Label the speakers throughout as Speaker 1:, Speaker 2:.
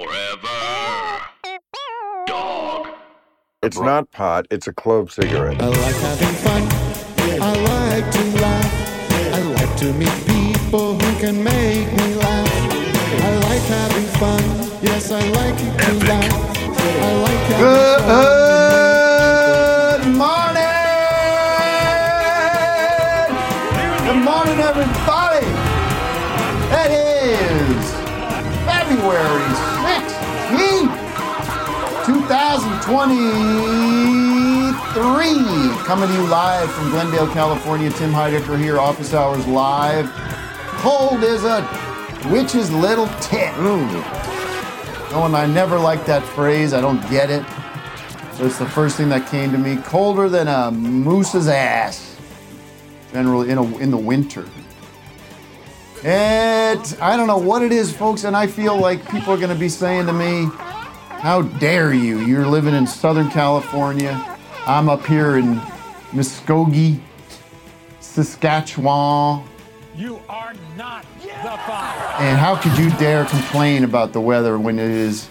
Speaker 1: Forever. Dog.
Speaker 2: It's not pot, it's a clove cigarette.
Speaker 3: I like having fun. I like to laugh. I like to meet people who can make me laugh. I like having fun. Yes, I like to laugh. I like having fun.
Speaker 2: Good morning! Good morning, everybody! It is February 16th, 2023. Coming to you live from Glendale, California. Tim Heidecker here, Office Hours Live. Cold is a witch's little tit. Oh, and I never liked that phrase. I don't get it. So it's the first thing that came to me. Colder than a moose's ass. Generally in a, in the winter. It I don't know what it is, folks, and I feel like people are gonna be saying to me, How dare you? You're living in Southern California. I'm up here in Muskogee, Saskatchewan.
Speaker 4: You are not the fire.
Speaker 2: And how could you dare complain about the weather when it is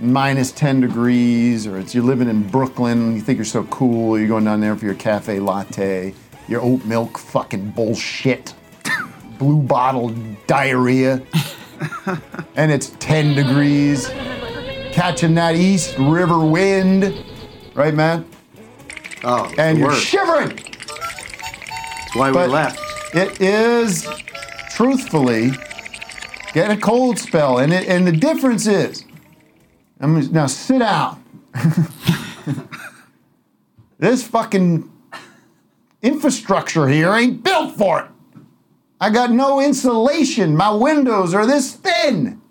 Speaker 2: minus 10 degrees or it's you're living in Brooklyn, you think you're so cool, you're going down there for your cafe latte, your oat milk fucking bullshit, blue bottle diarrhea, and it's 10 degrees, catching that east river wind, right, man?
Speaker 5: Oh,
Speaker 2: And
Speaker 5: and
Speaker 2: you're
Speaker 5: worse.
Speaker 2: shivering.
Speaker 5: That's why
Speaker 2: but-
Speaker 5: we left.
Speaker 2: It is truthfully get a cold spell, and it, and the difference is, I mean, now sit down. this fucking infrastructure here ain't built for it. I got no insulation. My windows are this thin.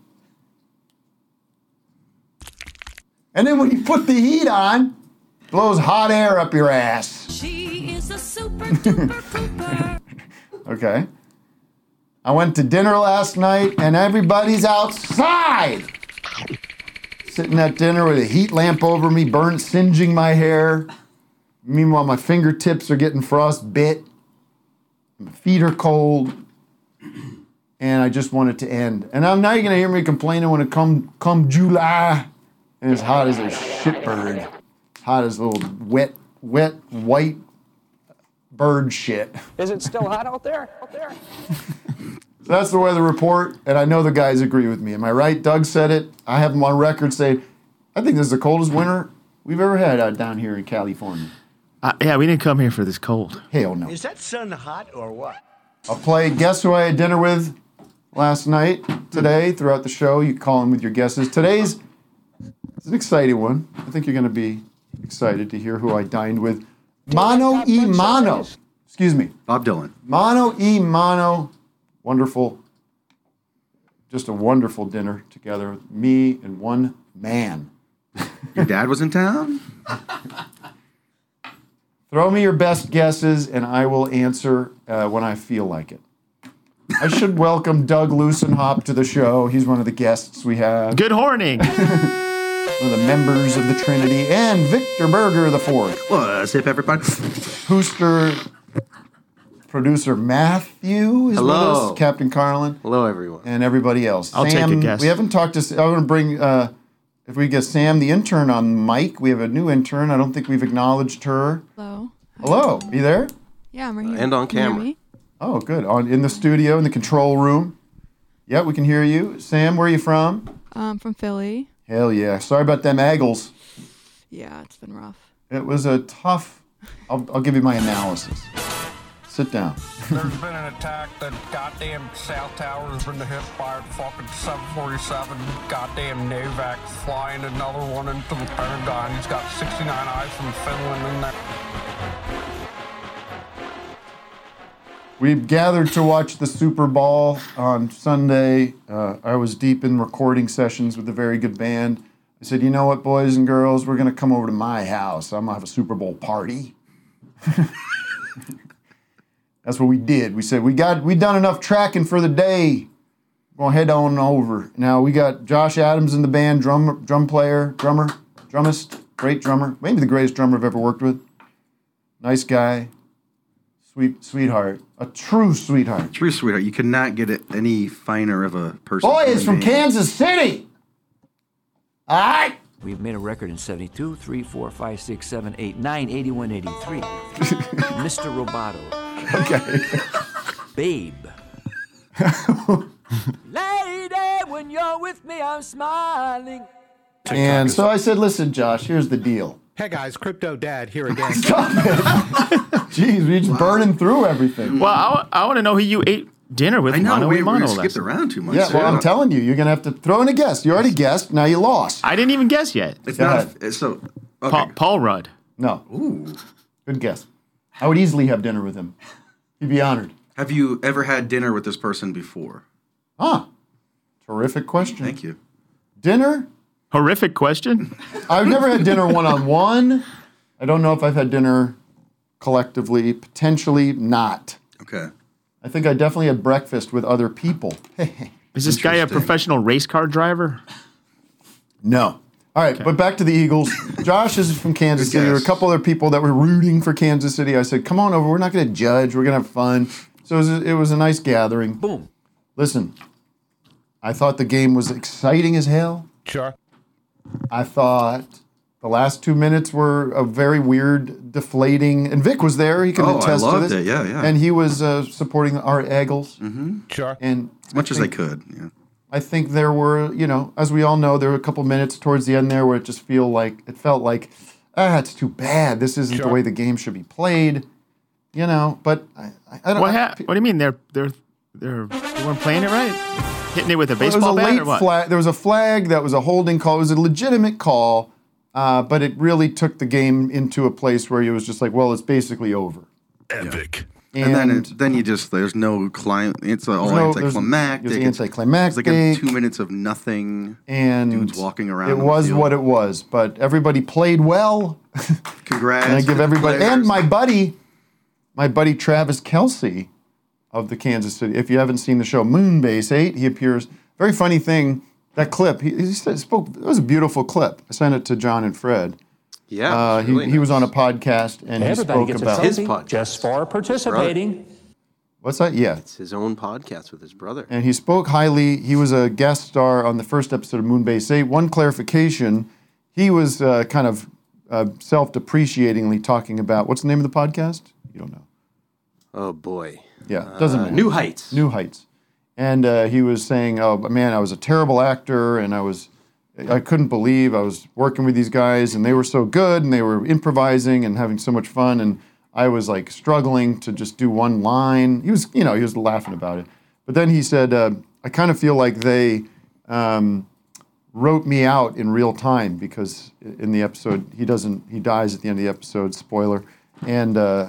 Speaker 2: And then when you put the heat on, blows hot air up your ass.
Speaker 6: She is a super duper pooper.
Speaker 2: Okay. I went to dinner last night and everybody's outside. Sitting at dinner with a heat lamp over me, burnt, singeing my hair. Meanwhile, my fingertips are getting frostbit. My feet are cold. And I just want it to end. And I'm now you're gonna hear me complaining when it come come July and it's hot as a shitbird. Hot as a little wet, wet, white bird shit.
Speaker 7: Is it still hot out there? Out there?
Speaker 2: That's the weather report, and I know the guys agree with me. Am I right? Doug said it. I have him on record saying, I think this is the coldest winter we've ever had out down here in California.
Speaker 8: Uh, yeah, we didn't come here for this cold.
Speaker 2: Hell no.
Speaker 4: Is that sun hot or what?
Speaker 2: I'll play Guess Who I Had Dinner With last night, today, throughout the show. You call in with your guesses. Today's it's an exciting one. I think you're going to be excited to hear who I dined with. Mono e Mono. Excuse me.
Speaker 5: Bob Dylan.
Speaker 2: Mono e mono, wonderful, just a wonderful dinner together. Me and one man.
Speaker 5: Your dad was in town?
Speaker 2: Throw me your best guesses, and I will answer uh, when I feel like it. I should welcome Doug Lucenhop to the show. He's one of the guests we have,
Speaker 8: Good horning.
Speaker 2: one of the members of the Trinity, and Victor Berger the fourth,
Speaker 5: What's up, uh, everybody?
Speaker 2: Hooster producer Matthew is with
Speaker 5: Hello.
Speaker 2: us, Captain Carlin.
Speaker 5: Hello, everyone.
Speaker 2: and everybody else.
Speaker 8: I'll take
Speaker 2: Sam,
Speaker 8: a guess.
Speaker 2: We haven't talked to. I'm going to bring. Uh, if we get Sam, the intern, on mic, we have a new intern. I don't think we've acknowledged her.
Speaker 9: Hello.
Speaker 2: Hello, you there?
Speaker 9: Yeah, I'm right here.
Speaker 5: And Uh, on
Speaker 9: Can you hear
Speaker 5: camera.
Speaker 9: me?
Speaker 2: Oh, good. On in the studio in the control room. Yeah, we can hear you. Sam, where are you from?
Speaker 9: Um, from Philly.
Speaker 2: Hell yeah. Sorry about them aggles.
Speaker 9: Yeah, it's been rough.
Speaker 2: It was a tough. I'll, I'll give you my analysis. Sit down.
Speaker 4: There's been an attack. The goddamn South Tower has been hit by a fucking 747. Goddamn Navak flying another one into the Pentagon. He's got 69 eyes from Finland in there.
Speaker 2: We gathered to watch the Super Bowl on Sunday. Uh, I was deep in recording sessions with a very good band. I said, you know what, boys and girls, we're going to come over to my house. I'm going to have a Super Bowl party. That's what we did. We said, we got, we done enough tracking for the day. We're going to head on over. Now, we got Josh Adams in the band, drum, drum player, drummer, drummist, great drummer, maybe the greatest drummer I've ever worked with. Nice guy, sweet sweetheart, a true sweetheart.
Speaker 5: True sweetheart, you could not get it any finer of a person.
Speaker 2: Boy
Speaker 5: than
Speaker 2: is from
Speaker 5: me.
Speaker 2: Kansas City. All right.
Speaker 10: We've made a record in 72, 3, 4, 5, 6, 7, 8, 9, 81, 83. Mr. Roboto.
Speaker 2: Okay.
Speaker 10: Babe. Lady, when you're with me, I'm smiling.
Speaker 2: and so I said, listen, Josh, here's the deal.
Speaker 11: Hey guys, Crypto Dad here again.
Speaker 2: Jeez, we're just burning through everything.
Speaker 8: Well, I, wa- I want to know who you ate dinner with.
Speaker 5: I know,
Speaker 8: Mono
Speaker 5: we-
Speaker 8: and
Speaker 5: we
Speaker 8: Mono
Speaker 5: skipped
Speaker 8: last night.
Speaker 5: around too much.
Speaker 2: yeah, well, I'm
Speaker 5: Yeah.
Speaker 2: telling you, you're going to have to throw in a guess. You already guessed. Now you lost.
Speaker 8: I didn't even guess yet.
Speaker 5: It's
Speaker 2: Go
Speaker 5: not
Speaker 2: ahead.
Speaker 5: it's so. Okay.
Speaker 8: Pa- Paul Rudd.
Speaker 2: No.
Speaker 5: Ooh.
Speaker 2: Good guess. I would easily have dinner with him. He'd be honored.
Speaker 5: Have you ever had dinner with this person before?
Speaker 2: Huh. Terrific question.
Speaker 5: Thank you.
Speaker 2: Dinner?
Speaker 8: Horrific question.
Speaker 2: I've never had dinner one on one. I don't know if I've had dinner collectively, potentially not.
Speaker 5: Okay.
Speaker 2: I think I definitely had breakfast with other people.
Speaker 8: Is this guy a
Speaker 5: Interesting.
Speaker 8: professional race car driver?
Speaker 2: no. All right, but back to the Eagles. Josh is from Kansas
Speaker 5: Good
Speaker 2: City. There were a
Speaker 5: guess.
Speaker 2: couple other people that were rooting for Kansas City. I said, come on over. We're not going to judge. We're going to have fun. So it was, a, it was a nice gathering.
Speaker 10: Boom.
Speaker 2: Listen, I thought the game was exciting as hell.
Speaker 11: sure.
Speaker 2: I thought the last two minutes were a very weird, deflating. And Vic was there; he can
Speaker 5: Oh, I
Speaker 2: attest
Speaker 5: loved
Speaker 2: to this.
Speaker 5: it. Yeah, yeah. Mm-hmm.
Speaker 2: And he was uh, supporting our Eagles.
Speaker 11: Sure.
Speaker 2: And
Speaker 5: As much as I could. Yeah.
Speaker 2: I think there were, you know, as we all know, there were a couple minutes towards the end there where it just feel like it felt like, ah, it's too bad. This isn't the
Speaker 11: Sure.
Speaker 2: way the game should be played. You know, but I, I I don't.
Speaker 8: What
Speaker 2: I-
Speaker 8: hap- What do you mean? They're they're they're they weren't playing it right. Hitting it with a
Speaker 2: Well, It was a
Speaker 8: baseball bat or
Speaker 2: late
Speaker 8: what?
Speaker 2: flag. There was a flag. That was a holding call. It was a legitimate call, uh, but it really took the game into a place where it was just like, well, it's basically over. Epic.
Speaker 5: And, then it, then you just there's no client. It's all
Speaker 2: no- there's-
Speaker 5: anticlimactic.
Speaker 2: it was
Speaker 5: It's-
Speaker 2: anticlimactic.
Speaker 5: It's like a two minutes of nothing.
Speaker 2: and
Speaker 5: dudes walking around
Speaker 2: It
Speaker 5: on the
Speaker 2: was
Speaker 5: field.
Speaker 2: what it was, but everybody played well.
Speaker 5: Congrats.
Speaker 2: And I give
Speaker 5: to the
Speaker 2: everybody and
Speaker 5: players.
Speaker 2: my buddy, my buddy Travis Kelsey of the Kansas City. If you haven't seen the show Moonbase Eight, he appears. Very funny thing. That clip, he, he said- spoke. It was a beautiful clip. I sent it to John and Fred.
Speaker 5: Yeah.
Speaker 2: Uh, he, he was on a podcast and he spoke about
Speaker 5: His podcast.
Speaker 7: just for participating.
Speaker 2: what's that? Yeah,
Speaker 12: his own podcast with his brother.
Speaker 2: and he spoke highly. He was a guest star on the first episode of Moonbase Eight. One clarification: he was uh, kind of uh, self-depreciatingly talking about what's the name of the podcast? You don't know.
Speaker 12: Oh boy.
Speaker 2: Yeah, doesn't
Speaker 12: Uh,
Speaker 2: matter.
Speaker 12: New Heights.
Speaker 2: New Heights, and uh, he was saying, "Oh but man, I was a terrible actor, and I was, I couldn't believe I was working with these guys, and they were so good, and they were improvising and having so much fun, and I was like struggling to just do one line." He was, you know, he was laughing about it, but then he said, uh, "I kind of feel like they." Um, wrote me out in real time because in the episode he doesn't he dies at the end of the episode spoiler and uh,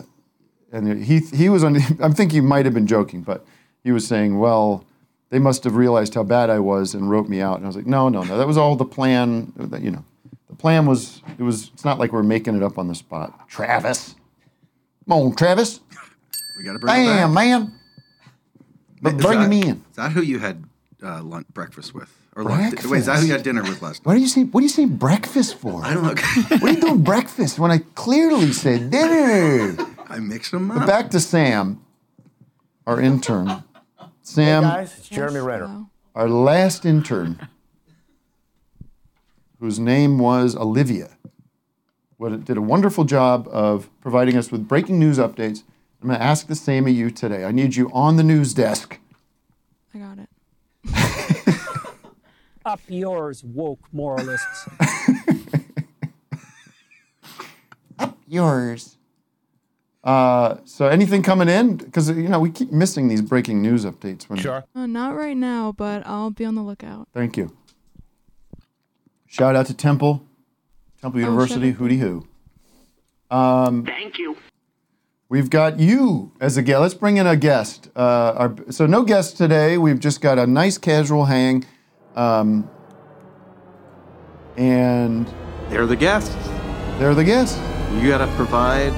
Speaker 2: and he he was on. I think he might have been joking, but he was saying, "Well, they must have realized how bad I was and wrote me out." And I was like, "No, no, no. That was all the plan. That, you know, the plan was it was. It's not like we're making it up on the spot." Travis, come on, Travis,
Speaker 5: We got to bring him
Speaker 2: damn
Speaker 5: back.
Speaker 2: man, but
Speaker 5: Is
Speaker 2: bring
Speaker 5: that-
Speaker 2: him in.
Speaker 5: Is that who you had uh, lunch breakfast with? Or lunch? Wait, is that who you had dinner with last night?
Speaker 2: What do you say? What do you say breakfast for?
Speaker 5: I don't know.
Speaker 2: What are you doing breakfast when I clearly said dinner?
Speaker 5: I mixed them up.
Speaker 2: Back to Sam, our intern. Sam.
Speaker 11: it's Jeremy Renner.
Speaker 9: Hello.
Speaker 2: our last intern, whose name was Olivia, what, did a wonderful job of providing us with breaking news updates. I'm going to ask the same of you today. I need you on the news desk.
Speaker 9: I got it.
Speaker 7: Up yours, woke moralists.
Speaker 2: Yours. Uh, so anything coming in? Because you know we keep missing these breaking news updates. When
Speaker 11: Sure.
Speaker 9: Uh, not right now, but I'll be on the lookout.
Speaker 2: thank you. Shout out to Temple, Temple
Speaker 9: Oh, shout
Speaker 2: University,
Speaker 9: out.
Speaker 2: hooty hoo.
Speaker 1: Thank you.
Speaker 2: We've got you as a guest. Let's bring in a guest. Uh, our, so no guests today. We've just got a nice casual hang, um, and
Speaker 12: They're the guests.
Speaker 2: they're the guests.
Speaker 12: You gotta provide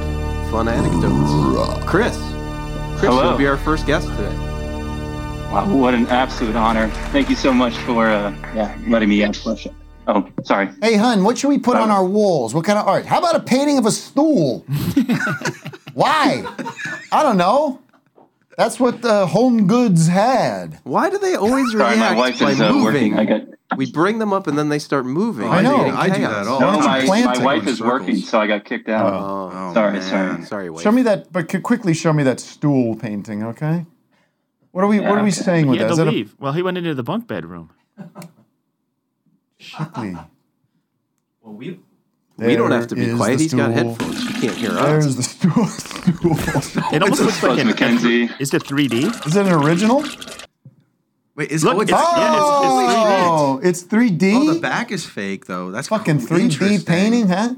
Speaker 12: fun anecdotes. Chris. Chris
Speaker 13: Hello.
Speaker 12: will be our first guest today.
Speaker 13: Wow, what an absolute honor. Thank you so much for uh, yeah, letting me ask question. Oh, sorry.
Speaker 2: Hey, hun, what should we put on our walls? What kind of art? How about a painting of a stool? Why? I don't know. That's what the Home Goods had.
Speaker 12: Why do they always
Speaker 13: Sorry,
Speaker 12: react
Speaker 13: my wife
Speaker 12: by
Speaker 13: is uh,
Speaker 12: moving?
Speaker 13: working. I got
Speaker 12: We bring them up and then they start moving.
Speaker 13: I
Speaker 12: and
Speaker 13: know.
Speaker 12: creating
Speaker 13: I do
Speaker 12: chaos.
Speaker 13: that all No, the time. my- my wife is working, so I got kicked out.
Speaker 12: Oh,
Speaker 13: Oh, Sorry, man. sorry.
Speaker 12: sorry. Wade.
Speaker 2: Show me that, but c- quickly show me that stool painting, okay? What are we? what are we saying
Speaker 8: he
Speaker 2: with that?
Speaker 8: had
Speaker 2: Is
Speaker 8: to
Speaker 2: that a-
Speaker 8: leave. Well, he went into the bunk bedroom.
Speaker 2: Shipley.
Speaker 14: Well, we
Speaker 12: We don't have to be
Speaker 2: There is
Speaker 12: quiet.
Speaker 2: the
Speaker 12: He's got
Speaker 2: stool.
Speaker 12: headphones. She can't hear us.
Speaker 2: There's the stool. stool.
Speaker 8: It almost looks like an Mackenzie. Is it 3D?
Speaker 2: Is it an original?
Speaker 5: Wait, is
Speaker 8: Look,
Speaker 5: oh,
Speaker 8: it's- yeah, it's-
Speaker 2: Oh, it's 3D.
Speaker 5: Oh, the back is fake though. That's
Speaker 13: Oh,
Speaker 2: Fucking 3D painting, huh?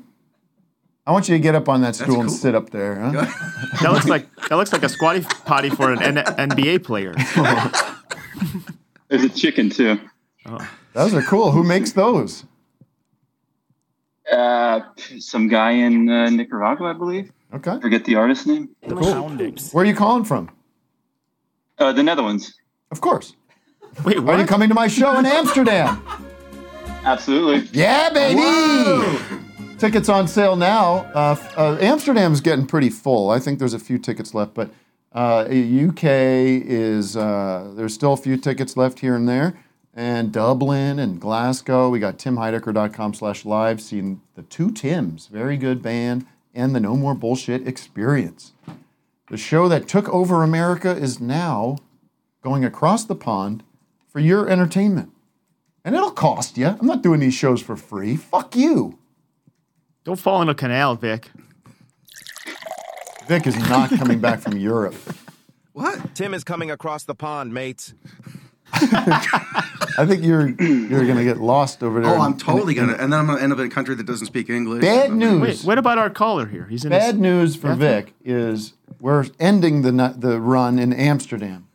Speaker 2: I want you to get up on that stool and sit up there, huh?
Speaker 8: That looks like that looks like a squatty potty for an N- NBA player.
Speaker 13: There's a chicken too.
Speaker 2: those are cool. Who makes those?
Speaker 13: Uh, some guy in uh, Nicaragua, I believe.
Speaker 2: Okay.
Speaker 13: Forget the artist name.
Speaker 2: Cool. Where are you calling from?
Speaker 13: Uh, the Netherlands.
Speaker 2: Of course.
Speaker 8: Wait,
Speaker 2: Are you coming to my show in Amsterdam?
Speaker 13: Absolutely.
Speaker 2: Yeah, baby. Tickets on sale now. Uh, f- uh, Amsterdam's getting pretty full. I think there's a few tickets left, but uh, UK is uh, there's still a few tickets left here and there. And Dublin and Glasgow. We got timheidecker.com slash live. Seeing the two Tims, very good band, and the No More Bullshit Experience. The show that took over America is now going across the pond for your entertainment. And it'll cost you. I'm not doing these shows for free. Fuck you.
Speaker 8: Don't fall in a canal, Vic.
Speaker 2: Vic is not coming back from Europe.
Speaker 14: What? Tim is coming across the pond, mates.
Speaker 2: I think you're you're gonna get lost over there.
Speaker 5: Oh, I'm totally gonna, and then I'm gonna end up in a country that doesn't speak English.
Speaker 2: Bad news.
Speaker 8: Wait, what about our caller here? He's in.
Speaker 2: Bad
Speaker 8: his-
Speaker 2: news for
Speaker 8: bathroom.
Speaker 2: Vic is we're ending the nu- the run in Amsterdam.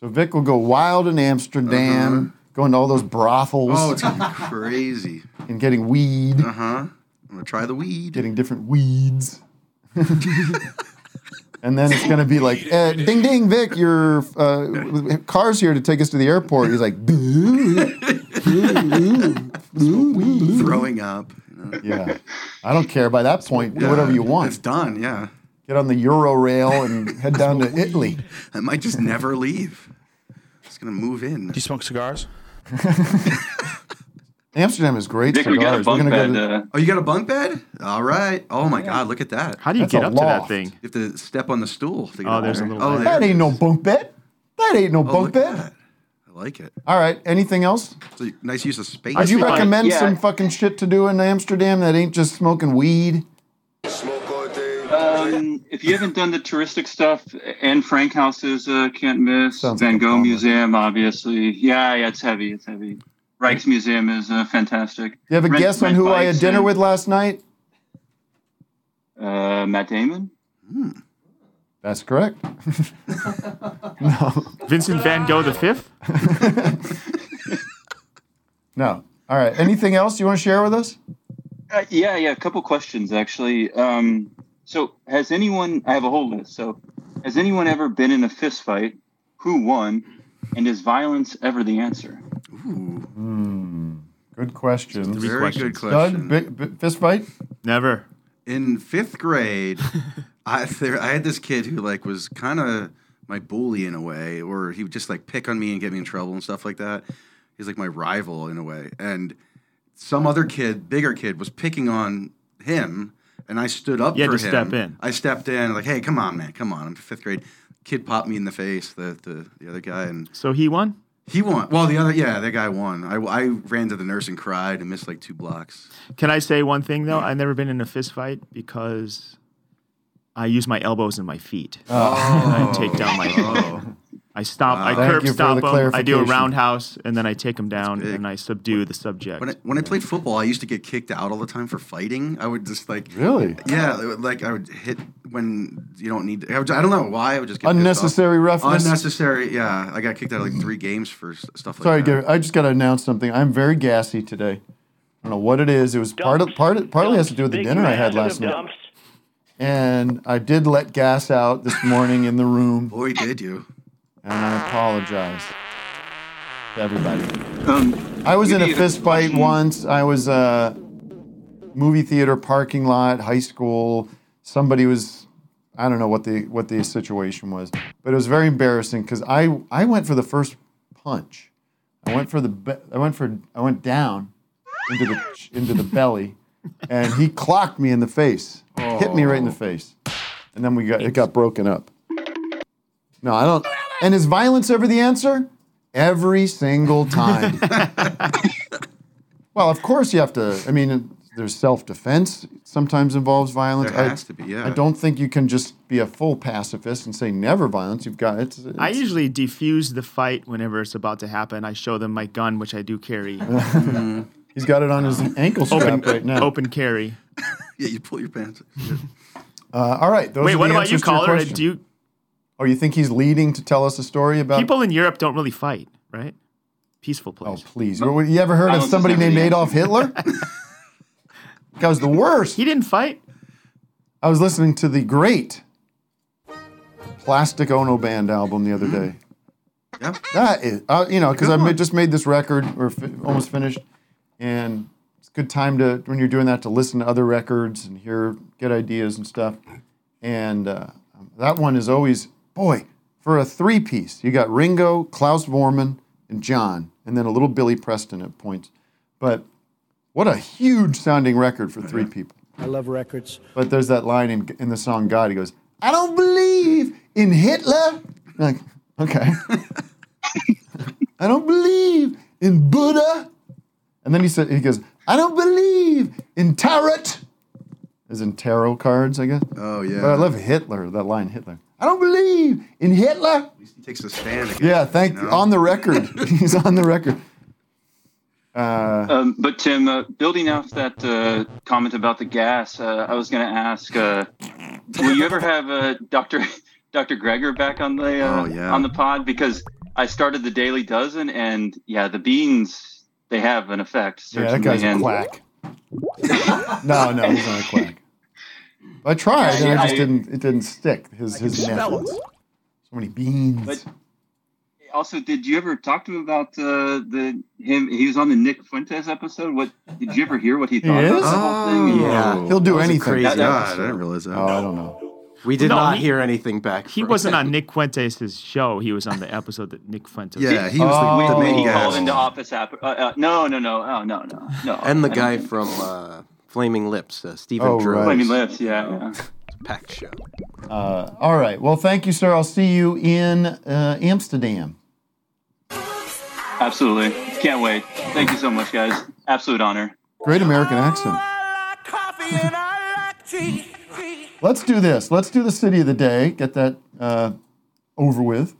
Speaker 2: So Vic will go wild in Amsterdam, going to all those brothels
Speaker 5: Uh-huh. Oh, it's gonna be crazy.
Speaker 2: and getting weed,
Speaker 5: Uh huh. I'm gonna try the weed.
Speaker 2: getting different weeds. and then it's going to be like, eh, ding, ding, Vic, your uh, car's here to take us to the airport. He's like,
Speaker 5: Throwing up. you know.
Speaker 2: Yeah. I don't care. By that point, do
Speaker 5: Yeah,
Speaker 2: whatever you want.
Speaker 5: It's done. Yeah.
Speaker 2: Get on the Euro rail and head down to Italy.
Speaker 5: I might just never leave. Just gonna move in. Do
Speaker 14: you smoke cigars?
Speaker 2: Amsterdam is great
Speaker 5: Vic,
Speaker 2: cigars.
Speaker 5: we got a bunk
Speaker 2: We're gonna
Speaker 5: bed.
Speaker 2: go to-
Speaker 5: uh, oh, you got a bunk bed? All right. Oh my God, look at that.
Speaker 8: How do you
Speaker 2: That's get a up to that loft.
Speaker 8: thing?
Speaker 5: You have to step on the stool. To get
Speaker 8: Oh,
Speaker 5: up
Speaker 8: there's a
Speaker 5: there.
Speaker 8: little
Speaker 5: Oh,
Speaker 8: bed.
Speaker 5: there.
Speaker 2: that ain't no bunk bed. That ain't no bunk
Speaker 5: look at
Speaker 2: bed.
Speaker 5: I like it.
Speaker 2: All right. Anything else?
Speaker 5: It's a nice use of space.
Speaker 2: Would you recommend some fucking shit to do in Amsterdam that ain't just smoking weed?
Speaker 13: Um, if you haven't done the touristic stuff, Anne Frank House is uh, can't miss.
Speaker 2: Sounds
Speaker 13: Van
Speaker 2: like a
Speaker 13: Gogh
Speaker 2: bummer.
Speaker 13: Museum, obviously. Yeah, yeah, it's heavy. It's heavy. Reichs Museum is uh, fantastic.
Speaker 2: You have a
Speaker 13: Rent-
Speaker 2: guess on
Speaker 13: rent
Speaker 2: who I had
Speaker 13: bikes
Speaker 2: dinner
Speaker 13: and-
Speaker 2: with last night?
Speaker 13: Uh, Matt Damon.
Speaker 2: That's correct. no.
Speaker 8: Vincent Van Gogh the fifth.
Speaker 13: Uh,
Speaker 2: No. All right. Anything else you want to share with us?
Speaker 13: Uh, yeah, yeah, a couple questions actually. Um, so, has anyone? I have a whole list. So, has anyone ever been in a fist fight? Who won? And is violence ever the answer?
Speaker 2: Hmm. Good question.
Speaker 8: Three
Speaker 5: Very
Speaker 8: questions.
Speaker 5: good question.
Speaker 2: Doug, big, big fist fight?
Speaker 8: Never.
Speaker 5: in fifth grade, I there, I had this kid who like was kind of my bully in a way, or he would just like pick on me and get me in trouble and stuff like that. He's like my rival in a way, and some other kid, bigger kid, was picking on him, and I stood up
Speaker 8: You had
Speaker 5: for
Speaker 8: to
Speaker 5: him.
Speaker 8: step in.
Speaker 5: I stepped in, like, hey, come on, man, come on. I'm fifth grade. Kid popped me in the face, the the, the other guy, and
Speaker 8: So he won.
Speaker 5: he won. Well, the other, yeah, that guy won. I, I ran to the nurse and cried and missed like two blocks.
Speaker 8: Can I say one thing though? I've never been in a fist fight because I use my elbows and my feet.
Speaker 5: Oh.
Speaker 8: I take down my. I stomp. I
Speaker 2: Thank
Speaker 8: curb
Speaker 2: you for
Speaker 8: stop
Speaker 2: the
Speaker 8: them. I do a
Speaker 2: clarification.
Speaker 8: roundhouse and then I take them down and I subdue the subject.
Speaker 5: When I, when I played football, I used to get kicked out all the time for fighting. I would just like
Speaker 2: Really?
Speaker 5: yeah, like I would hit when you don't need. I, would, I don't know why I would just get pissed off.
Speaker 2: Unnecessary roughness?
Speaker 5: Unnecessary, yeah. I got kicked out of like three games for s- stuff like
Speaker 2: Sorry,
Speaker 5: that.
Speaker 2: Gary, I just got to announce something. I'm very gassy today. I don't know what it is. It was part of part of, partly has to do with the dinner I had last night, and I did let gas out this morning in the room,
Speaker 5: Boy, did you!
Speaker 2: and I apologize to everybody.
Speaker 13: Um,
Speaker 2: I was in
Speaker 13: maybe
Speaker 2: a fist fight
Speaker 13: question-
Speaker 2: once. I was uh, movie theater parking lot, high school. Somebody was, I don't know what the what the situation was, but it was very embarrassing because I I went for the first punch. I went for the be- I went for I went down into the into the belly, and he clocked me in the face, hit me
Speaker 13: Oh.
Speaker 2: right in the face, and then we got it got broken up. No, I don't. And is violence ever the answer? Every single time. well, of course you have to. I mean, there's self defense. Sometimes involves violence.
Speaker 5: There
Speaker 2: I-
Speaker 5: has to be, yeah.
Speaker 2: I don't think you can just be a full pacifist and say never violence. You've got it's. it's
Speaker 8: I usually defuse the fight whenever it's about to happen. I show them my gun, which I do carry.
Speaker 5: Mm-hmm.
Speaker 2: He's got it on his ankle strap
Speaker 8: open,
Speaker 2: right now.
Speaker 8: Open carry.
Speaker 5: yeah, you pull your pants.
Speaker 2: Uh, all right. Those
Speaker 8: Wait,
Speaker 2: are
Speaker 8: what
Speaker 2: the
Speaker 8: about you,
Speaker 2: answers to your
Speaker 8: caller? Uh,
Speaker 2: question.
Speaker 8: Do you,
Speaker 2: Oh, you think he's leading to tell us a story about
Speaker 8: people in Europe don't really fight, right? Peaceful place. Oh,
Speaker 2: please. You you ever heard of somebody named Adolf Hitler? that was the worst. He
Speaker 8: didn't fight.
Speaker 2: I was listening to the great Plastic Ono Band album the other day.
Speaker 5: Mm-hmm. Yeah.
Speaker 2: That is, uh, you know, because
Speaker 5: Good
Speaker 2: I ma-
Speaker 5: one.
Speaker 2: just made this record or fi- almost finished, and it's a good time to when you're doing that to listen to other records and hear get ideas and stuff. And uh, that one is always boy for a three piece. You got Ringo, Klaus Vorman, and John, and then a little Billy Preston at points. But what a huge sounding record for three people.
Speaker 15: I love records.
Speaker 2: But there's that line in, in the song God. He goes, I don't believe in Hitler. You're like, okay. I don't believe in Buddha. And then he said, he goes, I don't believe in tarot. As in tarot cards, I guess.
Speaker 5: Oh yeah.
Speaker 2: But I love Hitler, that line Hitler. I don't believe in Hitler.
Speaker 5: He takes a stand again.
Speaker 2: Yeah, thank
Speaker 5: you know?
Speaker 2: on the record. He's on the record. Uh,
Speaker 13: Um, but Tim, uh, building off that uh, comment about the gas, uh, I was going to ask: uh, Will you ever have uh, Doctor Doctor Greger back on the uh,
Speaker 5: Oh, yeah.
Speaker 13: on the pod? Because I started the Daily Dozen, and yeah, the beans they have an effect.
Speaker 2: yeah, that
Speaker 13: Certainly.
Speaker 2: guy's a
Speaker 13: and-
Speaker 2: quack. no, no, he's not a quack. I tried, and I just didn't. It didn't stick. His his
Speaker 13: smell
Speaker 2: methods. So many beans.
Speaker 13: But also, did you ever talk to him about uh, the him? He was on the Nick Fuentes episode. What did you ever hear what he thought about the whole
Speaker 8: Oh.
Speaker 13: thing?
Speaker 5: Oh,
Speaker 2: he'll do
Speaker 12: That was a
Speaker 2: anything.
Speaker 12: Crazy.
Speaker 13: That- that was-
Speaker 12: God, I didn't realize that.
Speaker 2: Oh, I don't know.
Speaker 12: We did
Speaker 8: No,
Speaker 12: not
Speaker 8: he-
Speaker 12: hear anything back.
Speaker 8: He
Speaker 12: from-
Speaker 8: wasn't on Nick Fuentes' show. He was on the episode that Nick Fuentes.
Speaker 12: Yeah, Oh. he was the-
Speaker 13: Wait,
Speaker 12: the
Speaker 13: wait,
Speaker 12: main
Speaker 13: he called
Speaker 12: guest.
Speaker 13: into office app. Uh, uh, no, no, no, oh, no, no, no.
Speaker 12: and the
Speaker 13: I don't
Speaker 12: guy
Speaker 13: think-
Speaker 12: from uh, Flaming Lips, uh, Stephen
Speaker 2: Oh,
Speaker 12: Drew.
Speaker 2: right.
Speaker 13: Flaming Lips, yeah, yeah.
Speaker 12: Packed show.
Speaker 2: Uh, all right. Well, thank you, sir. I'll see you in uh, Amsterdam.
Speaker 13: Absolutely, can't wait. Thank you so much, guys. Absolute honor.
Speaker 2: Great American accent. Let's do this. Let's do the city of the day. Get that uh, over with.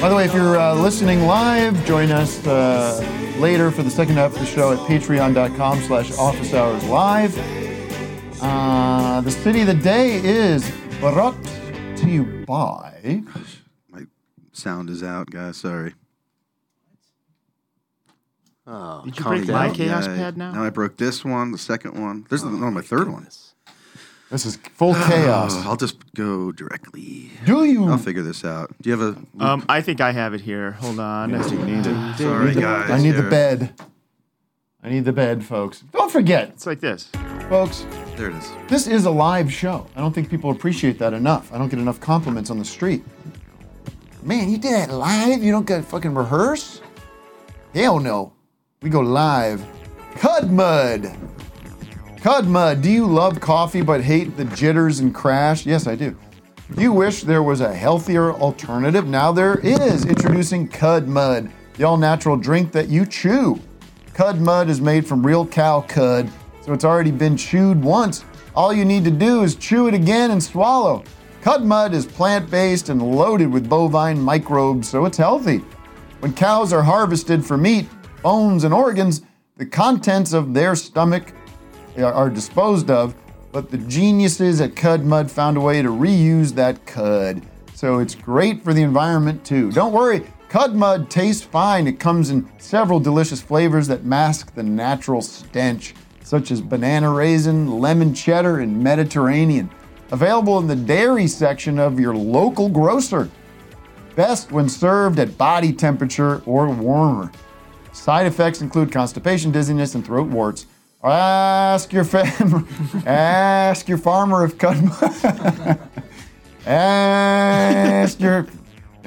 Speaker 2: By the way, if you're uh, listening live, join us uh, later for the second half of the show at patreon.com slash office hours live. Uh, the city of the day is brought to you by...
Speaker 5: Sound is out, guys. Sorry.
Speaker 12: Oh,
Speaker 8: Did you
Speaker 12: calm
Speaker 8: break my
Speaker 12: down.
Speaker 8: chaos pad now? Oh
Speaker 5: Now I broke this one, the second one. There's no, my third one. Ah,
Speaker 2: This is full chaos.
Speaker 5: I'll just go directly.
Speaker 2: Do you?
Speaker 5: I'll figure this out. Do you have a?
Speaker 8: Um, I think I have it here. Hold on.
Speaker 5: Yeah, you need it.
Speaker 2: I need
Speaker 5: Sorry,
Speaker 2: the-
Speaker 5: guys.
Speaker 2: I need the
Speaker 5: here.
Speaker 2: bed. I need the bed, folks. Don't forget. It's
Speaker 8: like this.
Speaker 2: Folks,
Speaker 5: There it is.
Speaker 2: this is a live show. I don't think people appreciate that enough. I don't get enough compliments on the street. Man, you did that live? You don't get fucking rehearse? Hell no. We go live. Cud Mud. Cud Mud, do you love coffee but hate the jitters and crash? Yes, I do. Do you wish there was a healthier alternative? Now there is. Introducing Cud Mud, the all natural drink that you chew. Cud Mud is made from real cow cud, so it's already been chewed once. All you need to do is chew it again and swallow. Cud Mud is plant based and loaded with bovine microbes, so it's healthy. When cows are harvested for meat, bones, and organs, the contents of their stomach are- are disposed of, but the geniuses at Cud Mud found a way to reuse that cud. So it's great for the environment too. Don't worry, Cud Mud tastes fine. It comes in several delicious flavors that mask the natural stench, such as banana raisin, lemon cheddar, and Mediterranean. Available in the dairy section of your local grocer best when served at body temperature or warmer. Side effects include constipation, dizziness, and throat warts. Ask your fam- ask your farmer if cut Ask your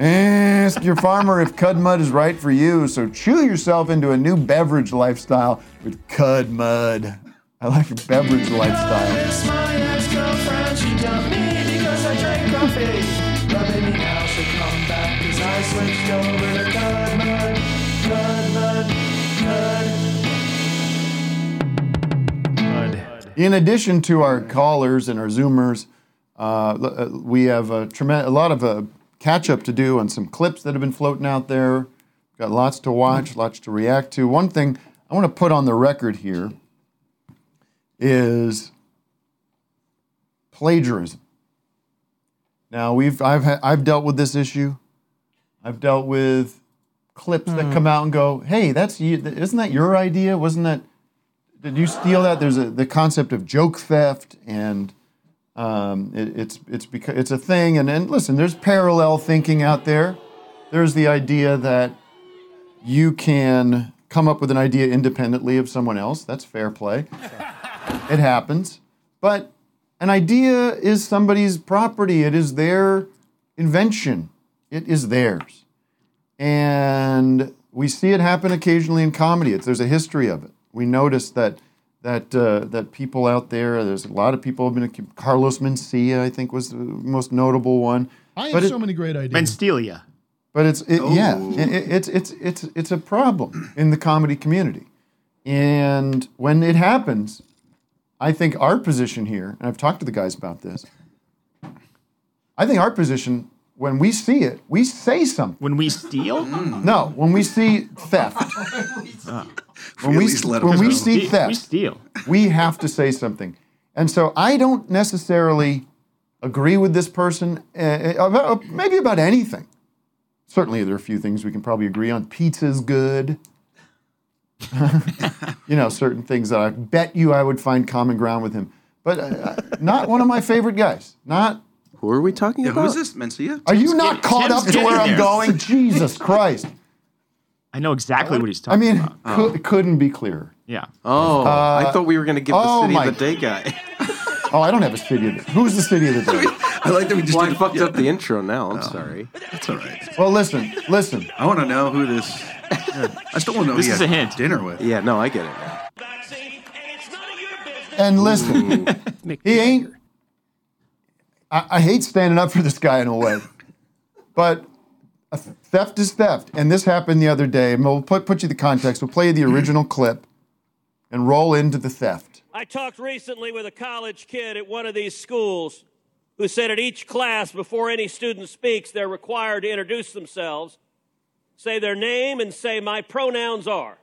Speaker 2: ask your farmer if cud mud is right for you. So chew yourself into a new beverage lifestyle with cud mud. I like a beverage lifestyle.
Speaker 6: Miss my ex-girlfriend, she dumped me because I drank coffee. But maybe now she'll come back 'cause I switched over to Cud Mud, Cud Mud, Cud.
Speaker 2: In addition to our callers and our Zoomers, uh, l- uh, we have a, tremen- a lot of uh, catch up to do on some clips that have been floating out there. Got lots to watch, lots to react to. One thing I want to put on the record here is plagiarism. Now we've I've ha- I've dealt with this issue. I've dealt with clips that come out and go, "Hey, that's you. th- Isn't that your idea? Wasn't that? Did you steal that?" There's a, the concept of joke theft, and um, it, it's it's because it's a thing. And and listen, there's parallel thinking out there. There's the idea that you can come up with an idea independently of someone else. That's fair play. It happens. But an idea is somebody's property, it is their invention, it is theirs. And we see it happen occasionally in comedy. It's, there's a history of it. We notice that. That, uh, that people out there, there's a lot of people have been accused. Carlos Mencia, I think, was the most notable one.
Speaker 15: I
Speaker 2: But
Speaker 15: have
Speaker 2: it-
Speaker 15: so many great ideas.
Speaker 8: Menstelia.
Speaker 2: but it's it, yeah,
Speaker 15: Oh.
Speaker 2: it- it- it's it's it's it's a problem in the comedy community, and when it happens, I think our position here, and I've talked to the guys about this. I think our position when we see it, we say something. Mm.
Speaker 8: When we steal?
Speaker 2: no, when we see theft. when
Speaker 8: We
Speaker 2: we,
Speaker 8: at least let 'em
Speaker 2: when we
Speaker 8: know.
Speaker 2: see
Speaker 8: We-
Speaker 2: theft,
Speaker 8: we steal.
Speaker 2: We have to say something, and so I don't necessarily agree with this person, uh, uh, about- maybe about anything. Certainly, there are a few things we can probably agree on. Pizza's good. you know, certain things that I bet you I would find common ground with him, but uh, uh, not one of my favorite guys. Not.
Speaker 12: Who are we talking
Speaker 5: Yeah, who's this? Mencia?
Speaker 2: Are you not caught up to where I'm going? Jesus Christ!
Speaker 8: I know exactly what he's
Speaker 2: I
Speaker 8: talking
Speaker 2: mean,
Speaker 8: about.
Speaker 2: cou- it couldn't be clearer.
Speaker 8: Yeah.
Speaker 12: Oh,
Speaker 2: Uh,
Speaker 12: I thought we were going to give
Speaker 2: oh
Speaker 12: the city
Speaker 2: my-
Speaker 12: of the day guy.
Speaker 2: Oh, I don't have a city of the Who's the city of the day?
Speaker 12: I like that we just well, I fucked up the intro now. I'm sorry.
Speaker 5: That's all right.
Speaker 2: Well, listen, listen.
Speaker 5: I want to know who this. I still want to know.
Speaker 12: This
Speaker 5: who
Speaker 12: is
Speaker 5: he had
Speaker 12: a hint.
Speaker 5: Dinner with.
Speaker 12: Yeah, no, I get it. now.
Speaker 2: And listen, he ain't. I, I hate standing up for this guy in a way, but a theft is theft, and this happened the other day. And we'll put put you the context. We'll play the original clip, and roll into the theft.
Speaker 16: I talked recently with a college kid at one of these schools who said at each class, before any student speaks, they're required to introduce themselves, say their name, and say, My pronouns are.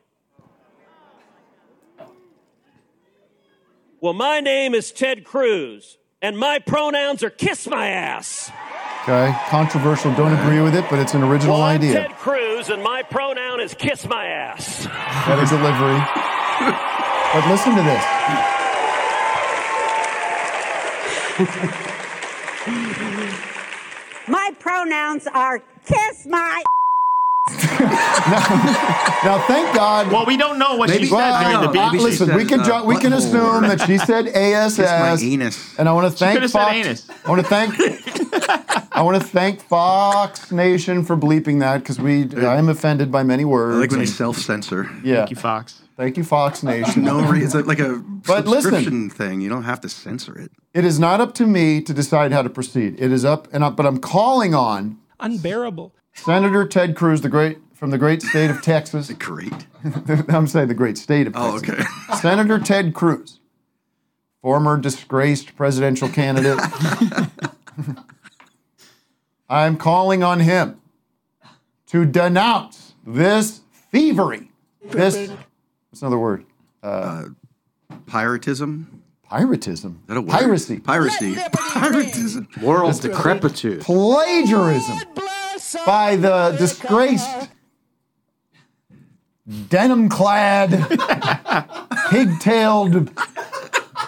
Speaker 16: Well, my name is Ted Cruz, and my pronouns are kiss my ass.
Speaker 2: Okay, controversial. Don't agree with it, but it's an original
Speaker 16: I'm
Speaker 2: idea.
Speaker 16: Ted Cruz, and my pronoun is kiss my ass.
Speaker 2: Better delivery. But listen to this.
Speaker 17: My pronouns are kiss my.
Speaker 2: Now, thank God.
Speaker 8: Well, we don't know Oh, what she said during the
Speaker 2: uh,
Speaker 8: beat.
Speaker 2: listen, we can ju- we can
Speaker 12: uh,
Speaker 2: assume that she said ass. And I want to
Speaker 8: She
Speaker 2: thank
Speaker 8: could've
Speaker 2: Fox.
Speaker 8: said anus.
Speaker 2: I want to thank. I want to thank Fox Nation for bleeping that because we I am offended by many words.
Speaker 5: I like when they
Speaker 2: and-
Speaker 5: self-censor.
Speaker 2: Yeah. Thank
Speaker 8: you, Fox.
Speaker 2: Thank you, Fox Nation.
Speaker 5: No, re- it's like, like a
Speaker 2: But listen.
Speaker 5: subscription thing. You don't have to censor it.
Speaker 2: It is not up to me to decide how to proceed. It is up and up, but I'm calling on
Speaker 7: Unbearable.
Speaker 2: Senator Ted Cruz, the great from the great state of Texas. the
Speaker 5: great.
Speaker 2: I'm saying the great state of
Speaker 5: Oh,
Speaker 2: Texas. okay. Senator Ted Cruz, former disgraced presidential candidate. I'm calling on him to denounce this thievery. This what's another word? Uh,
Speaker 5: Piratism.
Speaker 2: Piratism.
Speaker 5: Is that a word?
Speaker 2: Piracy.
Speaker 5: Piracy. Piratism.
Speaker 12: Moral decrepitude.
Speaker 2: Plagiarism by the disgraced denim clad, pigtailed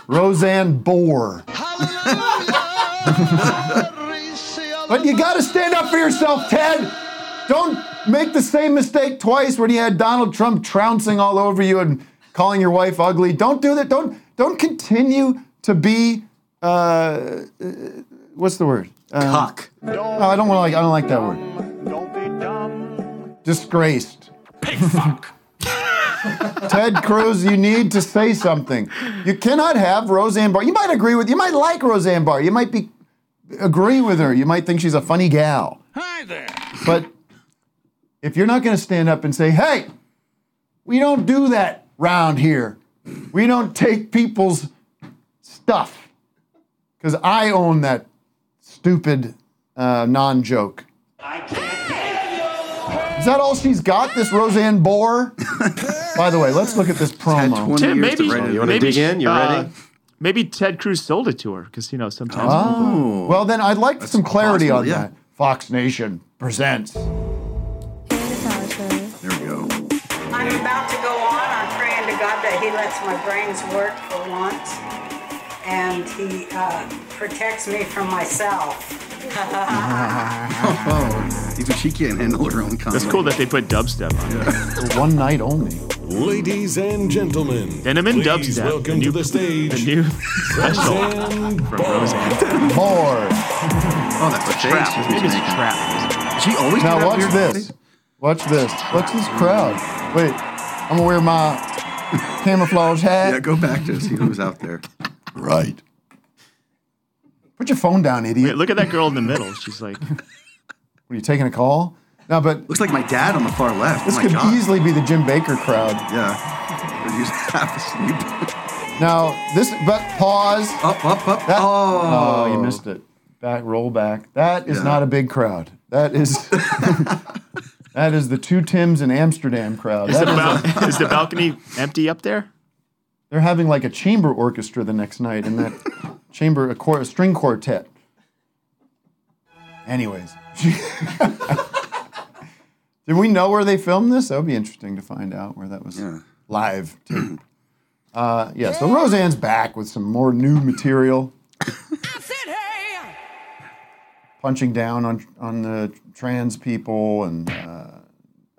Speaker 2: Roseanne Bohr. but you got to stand up for yourself, Ted. Don't make the same mistake twice when you had Donald Trump trouncing all over you and calling your wife ugly. Don't do that. Don't don't continue to be uh, what's the word? Um,
Speaker 5: Cuck.
Speaker 2: No, I don't want like. I don't like that word. Disgraced.
Speaker 4: Pig fuck.
Speaker 2: Ted Cruz, you need to say something. You cannot have Roseanne Barr. You might agree with. You might like Roseanne Barr. You might be agree with her. You might think she's a funny gal.
Speaker 4: Hi there.
Speaker 2: But if you're not going to stand up and say, "Hey, we don't do that round here. We don't take people's stuff," because I own that stupid uh, non-joke. Is that all she's got? This Roseanne Bohr. By the way, let's look at this promo.
Speaker 8: Tim, maybe
Speaker 12: You wanna
Speaker 8: maybe, uh,
Speaker 12: dig in? You ready?
Speaker 8: Maybe Ted Cruz sold it to her because you know sometimes.
Speaker 2: Oh. Well, then I'd like some clarity
Speaker 8: possible,
Speaker 2: on
Speaker 8: yeah.
Speaker 2: that. Fox Nation presents.
Speaker 5: There we go.
Speaker 17: I'm about to go on. I'm praying to God that He lets my brains work for once and He uh, protects me from myself.
Speaker 5: Oh, even she can't handle her own comedy.
Speaker 8: That's cool that they put dubstep on
Speaker 2: it. One night only.
Speaker 15: Ladies and gentlemen,
Speaker 8: Denim and
Speaker 15: please
Speaker 8: dubstep.
Speaker 15: Welcome to the stage. The
Speaker 8: new
Speaker 15: special from
Speaker 8: Roseanne.
Speaker 2: More.
Speaker 5: Oh, that's a
Speaker 8: Trap.
Speaker 5: face.
Speaker 8: Maybe it's a
Speaker 5: trap. She always do
Speaker 2: now
Speaker 5: that
Speaker 2: watch
Speaker 5: weird
Speaker 2: this.
Speaker 5: face?
Speaker 2: Watch this. Watch this crowd. Wait, I'm gonna wear my camouflage hat.
Speaker 5: Yeah, go back to see who's out there.
Speaker 2: Right. Put your phone down, idiot.
Speaker 8: Wait, look at that girl in the middle. She's like,
Speaker 2: What, Are you taking a call? No, but
Speaker 5: looks like my dad on the far left.
Speaker 2: this
Speaker 5: oh my
Speaker 2: could
Speaker 5: God.
Speaker 2: easily be the Jim Baker crowd.
Speaker 5: Yeah. He's half asleep.
Speaker 2: Now this, but pause.
Speaker 5: Up, up, up.
Speaker 2: oh.
Speaker 5: Oh.
Speaker 2: you missed it. Back, roll back. That is
Speaker 5: Yeah.
Speaker 2: not a big crowd. That is. that is the two Tims in Amsterdam crowd.
Speaker 8: is the,
Speaker 2: That is a-
Speaker 8: bal- is the balcony empty up there?
Speaker 2: they're having like a chamber orchestra the next night, and that chamber a, quar- a string quartet. Anyways, did we know where they filmed this? That would be interesting to find out where that was live. Too. Uh, yeah, so Roseanne's back with some more new material. Punching down on on the trans people, and uh,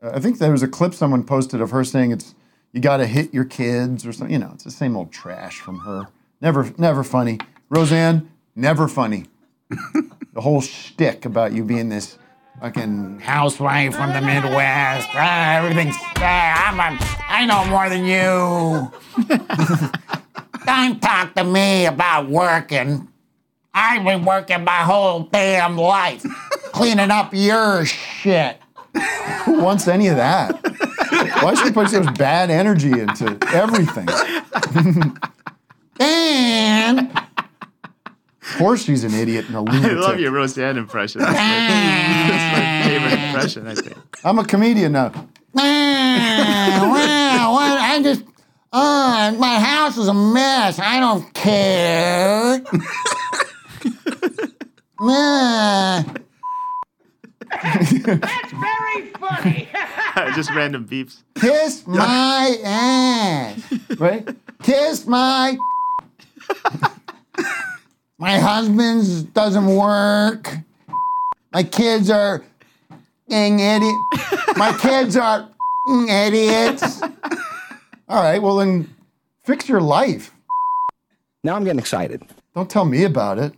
Speaker 2: I think there was a clip someone posted of her saying it's you got to hit your kids or something. You know, it's the same old trash from her. Never, never funny. Roseanne, never funny. the whole shtick about you being this fucking housewife from the Midwest. Ah, everything's ah, I'm a, I know more than you. Don't talk to me about working. I've been working my whole damn life cleaning up your shit. Who wants any of that? Why should you put such bad energy into everything? and of course she's an idiot and a
Speaker 8: I
Speaker 2: lunatic.
Speaker 8: love your Roseanne impression. That's my, that's my favorite impression, I think.
Speaker 2: I'm a comedian now.
Speaker 18: wow, what? I just, uh, my house is a mess. I don't care. Uh,
Speaker 8: Just random beeps.
Speaker 18: kiss my ass.
Speaker 2: Right?
Speaker 18: Kiss my. my husband's doesn't work. My kids are dang idiot.
Speaker 2: My kids are idiots. All right, well then fix your life.
Speaker 19: Now I'm getting excited.
Speaker 2: Don't tell me about it.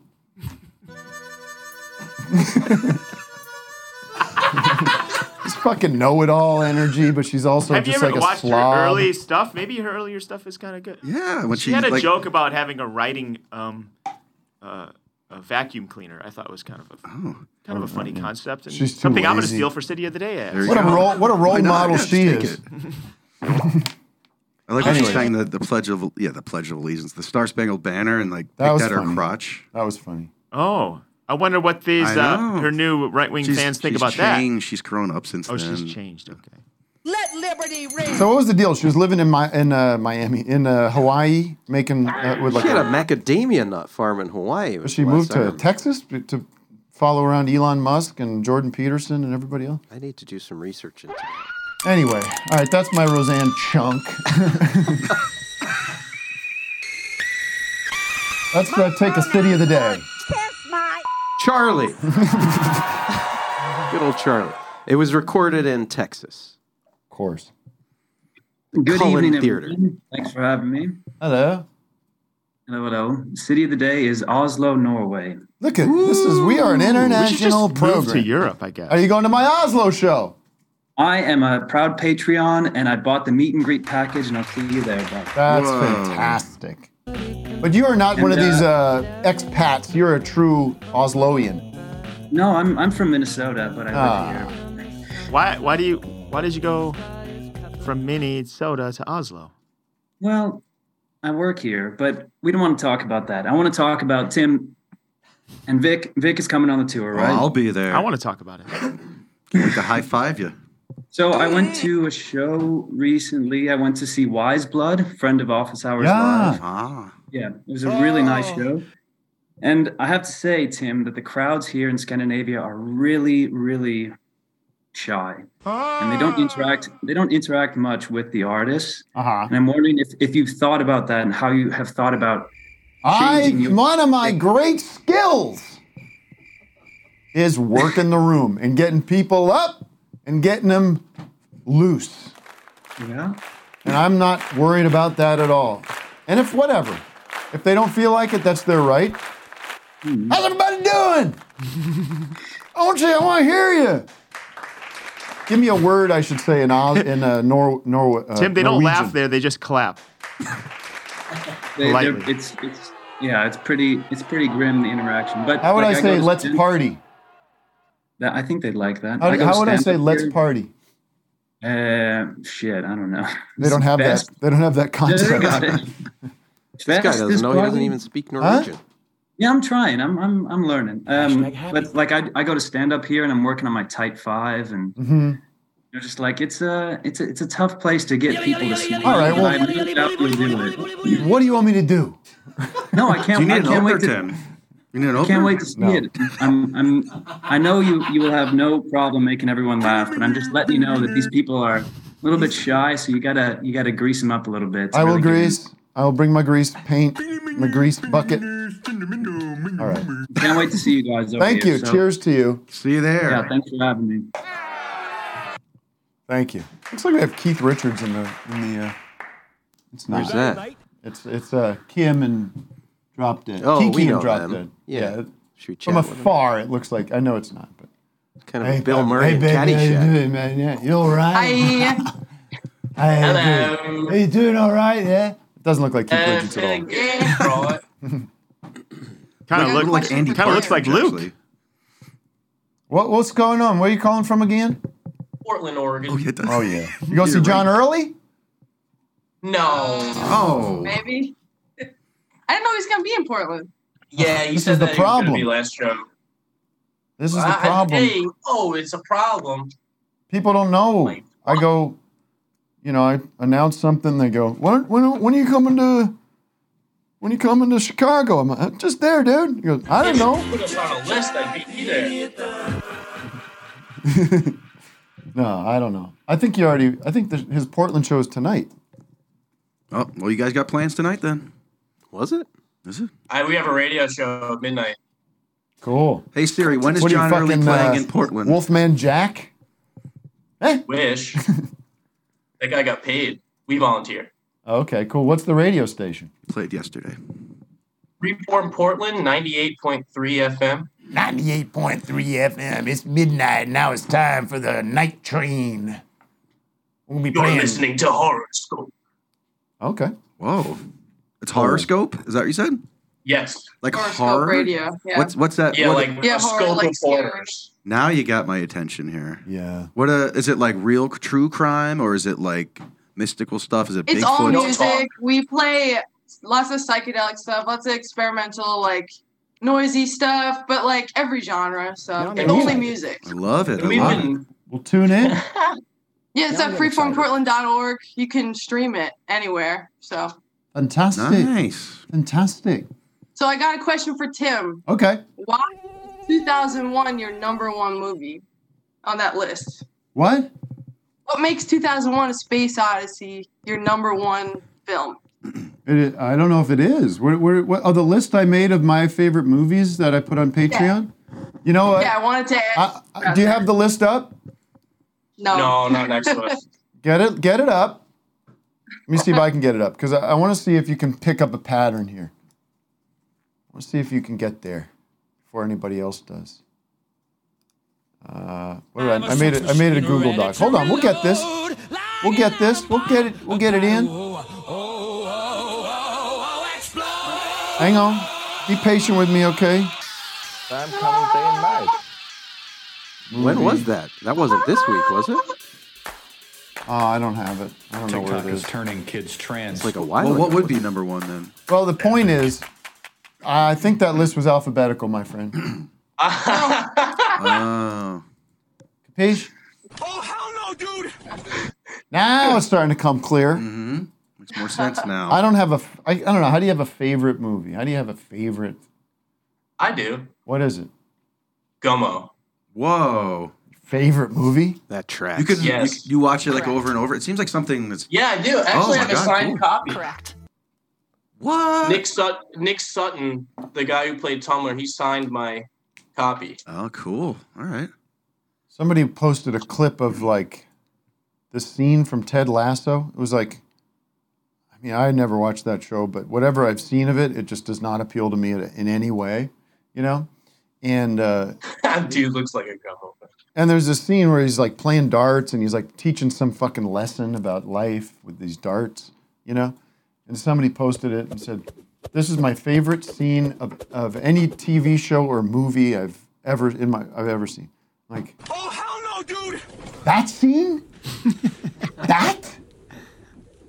Speaker 2: This fucking know-it-all energy, but she's also
Speaker 8: Have you
Speaker 2: just
Speaker 8: ever
Speaker 2: like a
Speaker 8: watched
Speaker 2: slob.
Speaker 8: her early stuff? Maybe her earlier stuff is kind of good.
Speaker 5: Yeah, when
Speaker 8: she
Speaker 5: she,
Speaker 8: had a
Speaker 5: like-
Speaker 8: joke about having a writing um, uh, a vacuum cleaner. I thought was kind of a
Speaker 5: Oh.
Speaker 8: kind of a funny concept and
Speaker 2: She's too
Speaker 8: something I'm going to
Speaker 2: lazy.
Speaker 8: steal for City of the Day. Ads.
Speaker 5: There you
Speaker 2: Oh, What a
Speaker 5: go.
Speaker 2: role, what a role
Speaker 5: Why not?
Speaker 2: model
Speaker 5: Yeah,
Speaker 2: she
Speaker 5: just take
Speaker 2: is.
Speaker 5: it. I like when she
Speaker 2: Anyway.
Speaker 5: sang the, the Pledge of yeah the Pledge of Allegiance, the Star Spangled Banner, and like
Speaker 2: That
Speaker 5: picked
Speaker 2: was
Speaker 5: at her
Speaker 2: funny.
Speaker 5: crotch.
Speaker 2: That was funny.
Speaker 8: Oh, I wonder what these
Speaker 5: I
Speaker 8: uh,
Speaker 5: know.
Speaker 8: her new right wing
Speaker 5: She's-
Speaker 8: fans think
Speaker 5: she's
Speaker 8: about
Speaker 5: changed. She's grown up since
Speaker 8: Oh,
Speaker 5: then.
Speaker 8: she's changed. Okay.
Speaker 6: Let liberty ring.
Speaker 2: So what was the deal? She was living in my in uh, Miami, in uh, Hawaii, making uh, with like
Speaker 12: she had a macadamia nut farm in Hawaii.
Speaker 2: But she moved to Texas to- to follow around Elon Musk and Jordan Peterson and everybody else.
Speaker 12: I need to do some research into
Speaker 2: Anyway, all right, that's my Roseanne chunk. Let's go take a city of the day.
Speaker 12: Charlie. Good old Charlie. It was recorded in Texas.
Speaker 2: Of course.
Speaker 12: The
Speaker 20: Good
Speaker 12: Cullen
Speaker 20: evening,
Speaker 12: Theater.
Speaker 20: everyone. Thanks for having me.
Speaker 2: Hello.
Speaker 20: Hello, hello. City of the day is Oslo, Norway.
Speaker 2: Look at this is we are an
Speaker 20: Ooh, we should just
Speaker 2: international
Speaker 20: move
Speaker 2: program.
Speaker 20: to Europe, I guess.
Speaker 2: Are you going to my Oslo show?
Speaker 20: I am a proud Patreon, and I bought the meet and greet package, and I'll see you there, bro.
Speaker 2: That's fantastic. But you are not one of
Speaker 20: And,
Speaker 2: these
Speaker 20: uh,
Speaker 2: uh, expats. You're a true Osloian.
Speaker 20: No, I'm I'm from Minnesota, but I live
Speaker 2: Ah.
Speaker 20: here.
Speaker 8: Why? Why do you? Why did you go from Minnesota to Oslo?
Speaker 20: Well, I work here, but we don't want to talk about that. I want to talk about Tim and Vic. Vic is coming on the tour, right?
Speaker 5: Oh, I'll be there.
Speaker 8: I want to talk about it.
Speaker 5: Like to high five you.
Speaker 20: So I went to a show recently. I went to see Wise Blood, friend of Office Hours
Speaker 5: Yeah. Ah.
Speaker 20: Live. Yeah, it was a really nice
Speaker 2: Oh.
Speaker 20: show. And I have to say, Tim, that the crowds here in Scandinavia are really, really shy, and they don't
Speaker 2: Ah.
Speaker 20: interact. They don't interact much with the artists.
Speaker 2: Uh-huh.
Speaker 20: And I'm wondering if, if you've thought about that and how you have thought about
Speaker 2: I one of my great skills is working the room and getting people up and getting them loose.
Speaker 20: Yeah.
Speaker 2: And I'm not worried about that at all. And if whatever, if they don't feel like it, that's their right. How's everybody doing? I want you. I want to hear you. Give me a word I should say in Oz, in uh, Nor Norway. Uh,
Speaker 8: Tim, they don't
Speaker 2: Norwegian.
Speaker 8: laugh there; they just clap.
Speaker 20: They, they're-
Speaker 8: Lightly.
Speaker 20: it's it's yeah, it's pretty it's pretty grim the interaction. But
Speaker 2: How would
Speaker 20: like,
Speaker 2: I
Speaker 20: go
Speaker 2: say
Speaker 20: to
Speaker 2: let's
Speaker 20: stand-
Speaker 2: party?
Speaker 20: That, I think they'd like that.
Speaker 2: How,
Speaker 20: go
Speaker 2: how would I
Speaker 20: stand
Speaker 2: say
Speaker 20: up
Speaker 2: let's
Speaker 20: here.
Speaker 2: party?
Speaker 20: Uh, shit, I don't know.
Speaker 2: They don't have that.
Speaker 20: Best-
Speaker 2: They don't have that
Speaker 20: Yeah,
Speaker 2: concept.
Speaker 20: they got it.
Speaker 12: This guy
Speaker 20: Best
Speaker 12: doesn't know. He doesn't
Speaker 20: describing-
Speaker 12: even speak Norwegian.
Speaker 20: Yeah, I'm trying. I'm I'm I'm learning. Um, but like I, I go to stand up here and I'm working on my tight five and
Speaker 2: Mhm.
Speaker 5: Mm-hmm.
Speaker 20: you're just like it's a it's a it's a tough place to get people to smile.
Speaker 2: All right, well-
Speaker 20: I moved out to do it.
Speaker 2: What do you want me to do?
Speaker 20: No, I can't.
Speaker 2: Do you need
Speaker 20: I
Speaker 2: an
Speaker 20: can't
Speaker 2: opener,
Speaker 20: wait to,
Speaker 2: Tim?
Speaker 5: You need an
Speaker 20: I can't
Speaker 5: opener?
Speaker 20: wait to see
Speaker 5: No.
Speaker 20: it. I'm, I'm, I know you, you will have no problem making everyone laugh, but I'm just letting you know that these people are a little bit shy, so you gotta, you gotta grease them up a little bit. to
Speaker 2: I will
Speaker 20: really get them-
Speaker 2: grease. I will bring my grease paint, my grease bucket. All right.
Speaker 20: Can't wait to see you guys. Over
Speaker 2: Thank
Speaker 20: here,
Speaker 2: you.
Speaker 20: so-
Speaker 2: Cheers to you.
Speaker 5: See you there.
Speaker 20: Yeah, thanks for having me.
Speaker 2: Thank you. Looks like we have Keith Richards in the in the. Uh, it's not.
Speaker 12: Where's that?
Speaker 2: It's it's uh, Kim and Drop Dead.
Speaker 12: Oh,
Speaker 2: Kiki
Speaker 12: we know
Speaker 2: and Drop
Speaker 12: them.
Speaker 2: Dead.
Speaker 12: Yeah. Should we chat
Speaker 2: From
Speaker 12: with them?
Speaker 2: afar, it looks like. I know it's not, but. uh,
Speaker 12: Kind of a Bill Murray and
Speaker 2: baby, how you
Speaker 12: Caddyshack.
Speaker 2: doing, man? Yeah, you all right? Hi.
Speaker 6: Hello.
Speaker 2: Are you doing all right? Yeah. It doesn't look like Keith
Speaker 21: Eh,
Speaker 2: Richards at all.
Speaker 8: Kind of
Speaker 2: Like-
Speaker 8: look
Speaker 2: like
Speaker 8: like
Speaker 2: Andy
Speaker 8: Kind of looks like
Speaker 2: Partridge,
Speaker 8: Luke.
Speaker 2: actually. What what's going on? Where are you calling from again?
Speaker 21: Portland, Oregon.
Speaker 2: Oh yeah. You go see John Early?
Speaker 21: No.
Speaker 2: Oh.
Speaker 22: Maybe. I didn't know he was going to be in Portland.
Speaker 21: Yeah, you
Speaker 2: This
Speaker 21: said
Speaker 2: is the
Speaker 21: that it was gonna
Speaker 2: problem.
Speaker 21: Be last show.
Speaker 2: This is the
Speaker 21: I- I-
Speaker 2: problem.
Speaker 21: hey, oh, it's a problem.
Speaker 2: People don't know. I go, you know, I announce something. They go, when when when are you coming to? When are you coming to Chicago? I'm like, just there, dude. He goes, I don't
Speaker 21: If you
Speaker 2: know.
Speaker 21: Put us on a list. I'd be there.
Speaker 2: No, I don't know. I think you already. I think the, his Portland show is tonight.
Speaker 5: Oh, well, you guys got plans tonight then?
Speaker 12: Was it?
Speaker 5: Is it?
Speaker 21: I, we have a radio show at midnight.
Speaker 2: Cool.
Speaker 5: Hey Siri, when is
Speaker 2: What are you
Speaker 5: John Early
Speaker 2: fucking,
Speaker 5: playing
Speaker 2: uh,
Speaker 5: in Portland?
Speaker 2: Wolfman Jack. Eh.
Speaker 21: Wish that guy got paid. We volunteer.
Speaker 2: Okay, cool. What's the radio station?
Speaker 5: Played yesterday.
Speaker 21: Reform Portland, ninety-eight point three FM.
Speaker 18: 98.3 FM. It's midnight. Now it's time for the night train. We'll be
Speaker 21: You're
Speaker 18: playing.
Speaker 21: listening to Horoscope.
Speaker 2: Okay.
Speaker 5: Whoa. It's horoscope. Is that what you said?
Speaker 21: Yes.
Speaker 5: Like horror
Speaker 22: radio, yeah.
Speaker 5: What's what's that?
Speaker 21: Yeah,
Speaker 5: what-
Speaker 21: like
Speaker 22: Yeah,
Speaker 21: a
Speaker 22: horror,
Speaker 21: scope
Speaker 22: like
Speaker 21: of
Speaker 22: scary.
Speaker 21: horrors.
Speaker 5: Now you got my attention here.
Speaker 2: Yeah.
Speaker 5: What a, is it like real c- true crime or is it like mystical stuff? Is it
Speaker 22: It's
Speaker 5: Bigfoot?
Speaker 22: all music. We play lots of psychedelic stuff, lots of experimental, like noisy stuff, but like every genre. So it's only music.
Speaker 5: I love it. I
Speaker 21: We've
Speaker 5: love it.
Speaker 21: been-
Speaker 2: We'll tune in.
Speaker 22: Yeah, it's at freeformportland.org. You can stream it anywhere. So,
Speaker 2: Fantastic.
Speaker 5: Nice.
Speaker 2: Fantastic.
Speaker 22: so I got a question for Tim.
Speaker 2: Okay.
Speaker 22: Why is 2001 your number one movie on that list?
Speaker 2: What?
Speaker 22: What makes 2001 A Space Odyssey your number one film?
Speaker 2: It, I don't know if it is. Where, where, what, oh, the list I made of my favorite movies that I put on Patreon. You know what?
Speaker 22: Yeah, I wanted to ask.
Speaker 2: I- do you have the list up?
Speaker 22: no.
Speaker 21: No, not next to us.
Speaker 2: Get it. Get it up. Let me see if I can get it up because I, I want to see if you can pick up a pattern here. Let's see if you can get there before anybody else does. Uh, what did I, I made it. I made it a Google Doc. Hold on, we'll get this. We'll get this. We'll get it. We'll get it in. Hang on. Be patient with me, okay?
Speaker 3: I'm coming day and night.
Speaker 12: When was that? That wasn't this week, was it?
Speaker 2: Oh, I don't have it. I don't know where
Speaker 3: TikTok
Speaker 2: it is.
Speaker 3: is turning kids trans.
Speaker 12: It's like a while
Speaker 5: Well, what
Speaker 12: ago.
Speaker 5: would be number one then?
Speaker 2: Well, the point is, I think that list was alphabetical, my friend.
Speaker 5: oh.
Speaker 2: Capiche? Now it's starting to come clear.
Speaker 5: Mm-hmm. Makes more sense now.
Speaker 2: I don't have a. f- I, I don't know. How do you have a favorite movie? How do you have a favorite?
Speaker 21: I do.
Speaker 2: What is it?
Speaker 21: Gummo.
Speaker 5: Whoa.
Speaker 2: Favorite movie?
Speaker 12: That tracks.
Speaker 5: You could
Speaker 21: Yes.
Speaker 5: you, you watch it like over and over. It seems like something that's
Speaker 21: Yeah, I do.
Speaker 5: Oh
Speaker 21: Actually,
Speaker 5: my
Speaker 21: I have a
Speaker 5: God,
Speaker 21: signed
Speaker 5: cool.
Speaker 21: copy. Correct.
Speaker 5: What?
Speaker 21: Nick, Sut- Nick Sutton, the guy who played Tumblr, he signed my copy.
Speaker 5: Oh, cool. All right.
Speaker 2: Somebody posted a clip of like the scene from Ted Lasso. It was like, I mean, I never watched that show, but whatever I've seen of it, it just does not appeal to me in in any way, you know. And uh,
Speaker 21: That dude looks like a gummo.
Speaker 2: And there's this scene where he's like playing darts and he's like teaching some fucking lesson about life with these darts, you know? And somebody posted it and said, This is my favorite scene of, of any TV show or movie I've ever in my I've ever seen. Like That scene? that?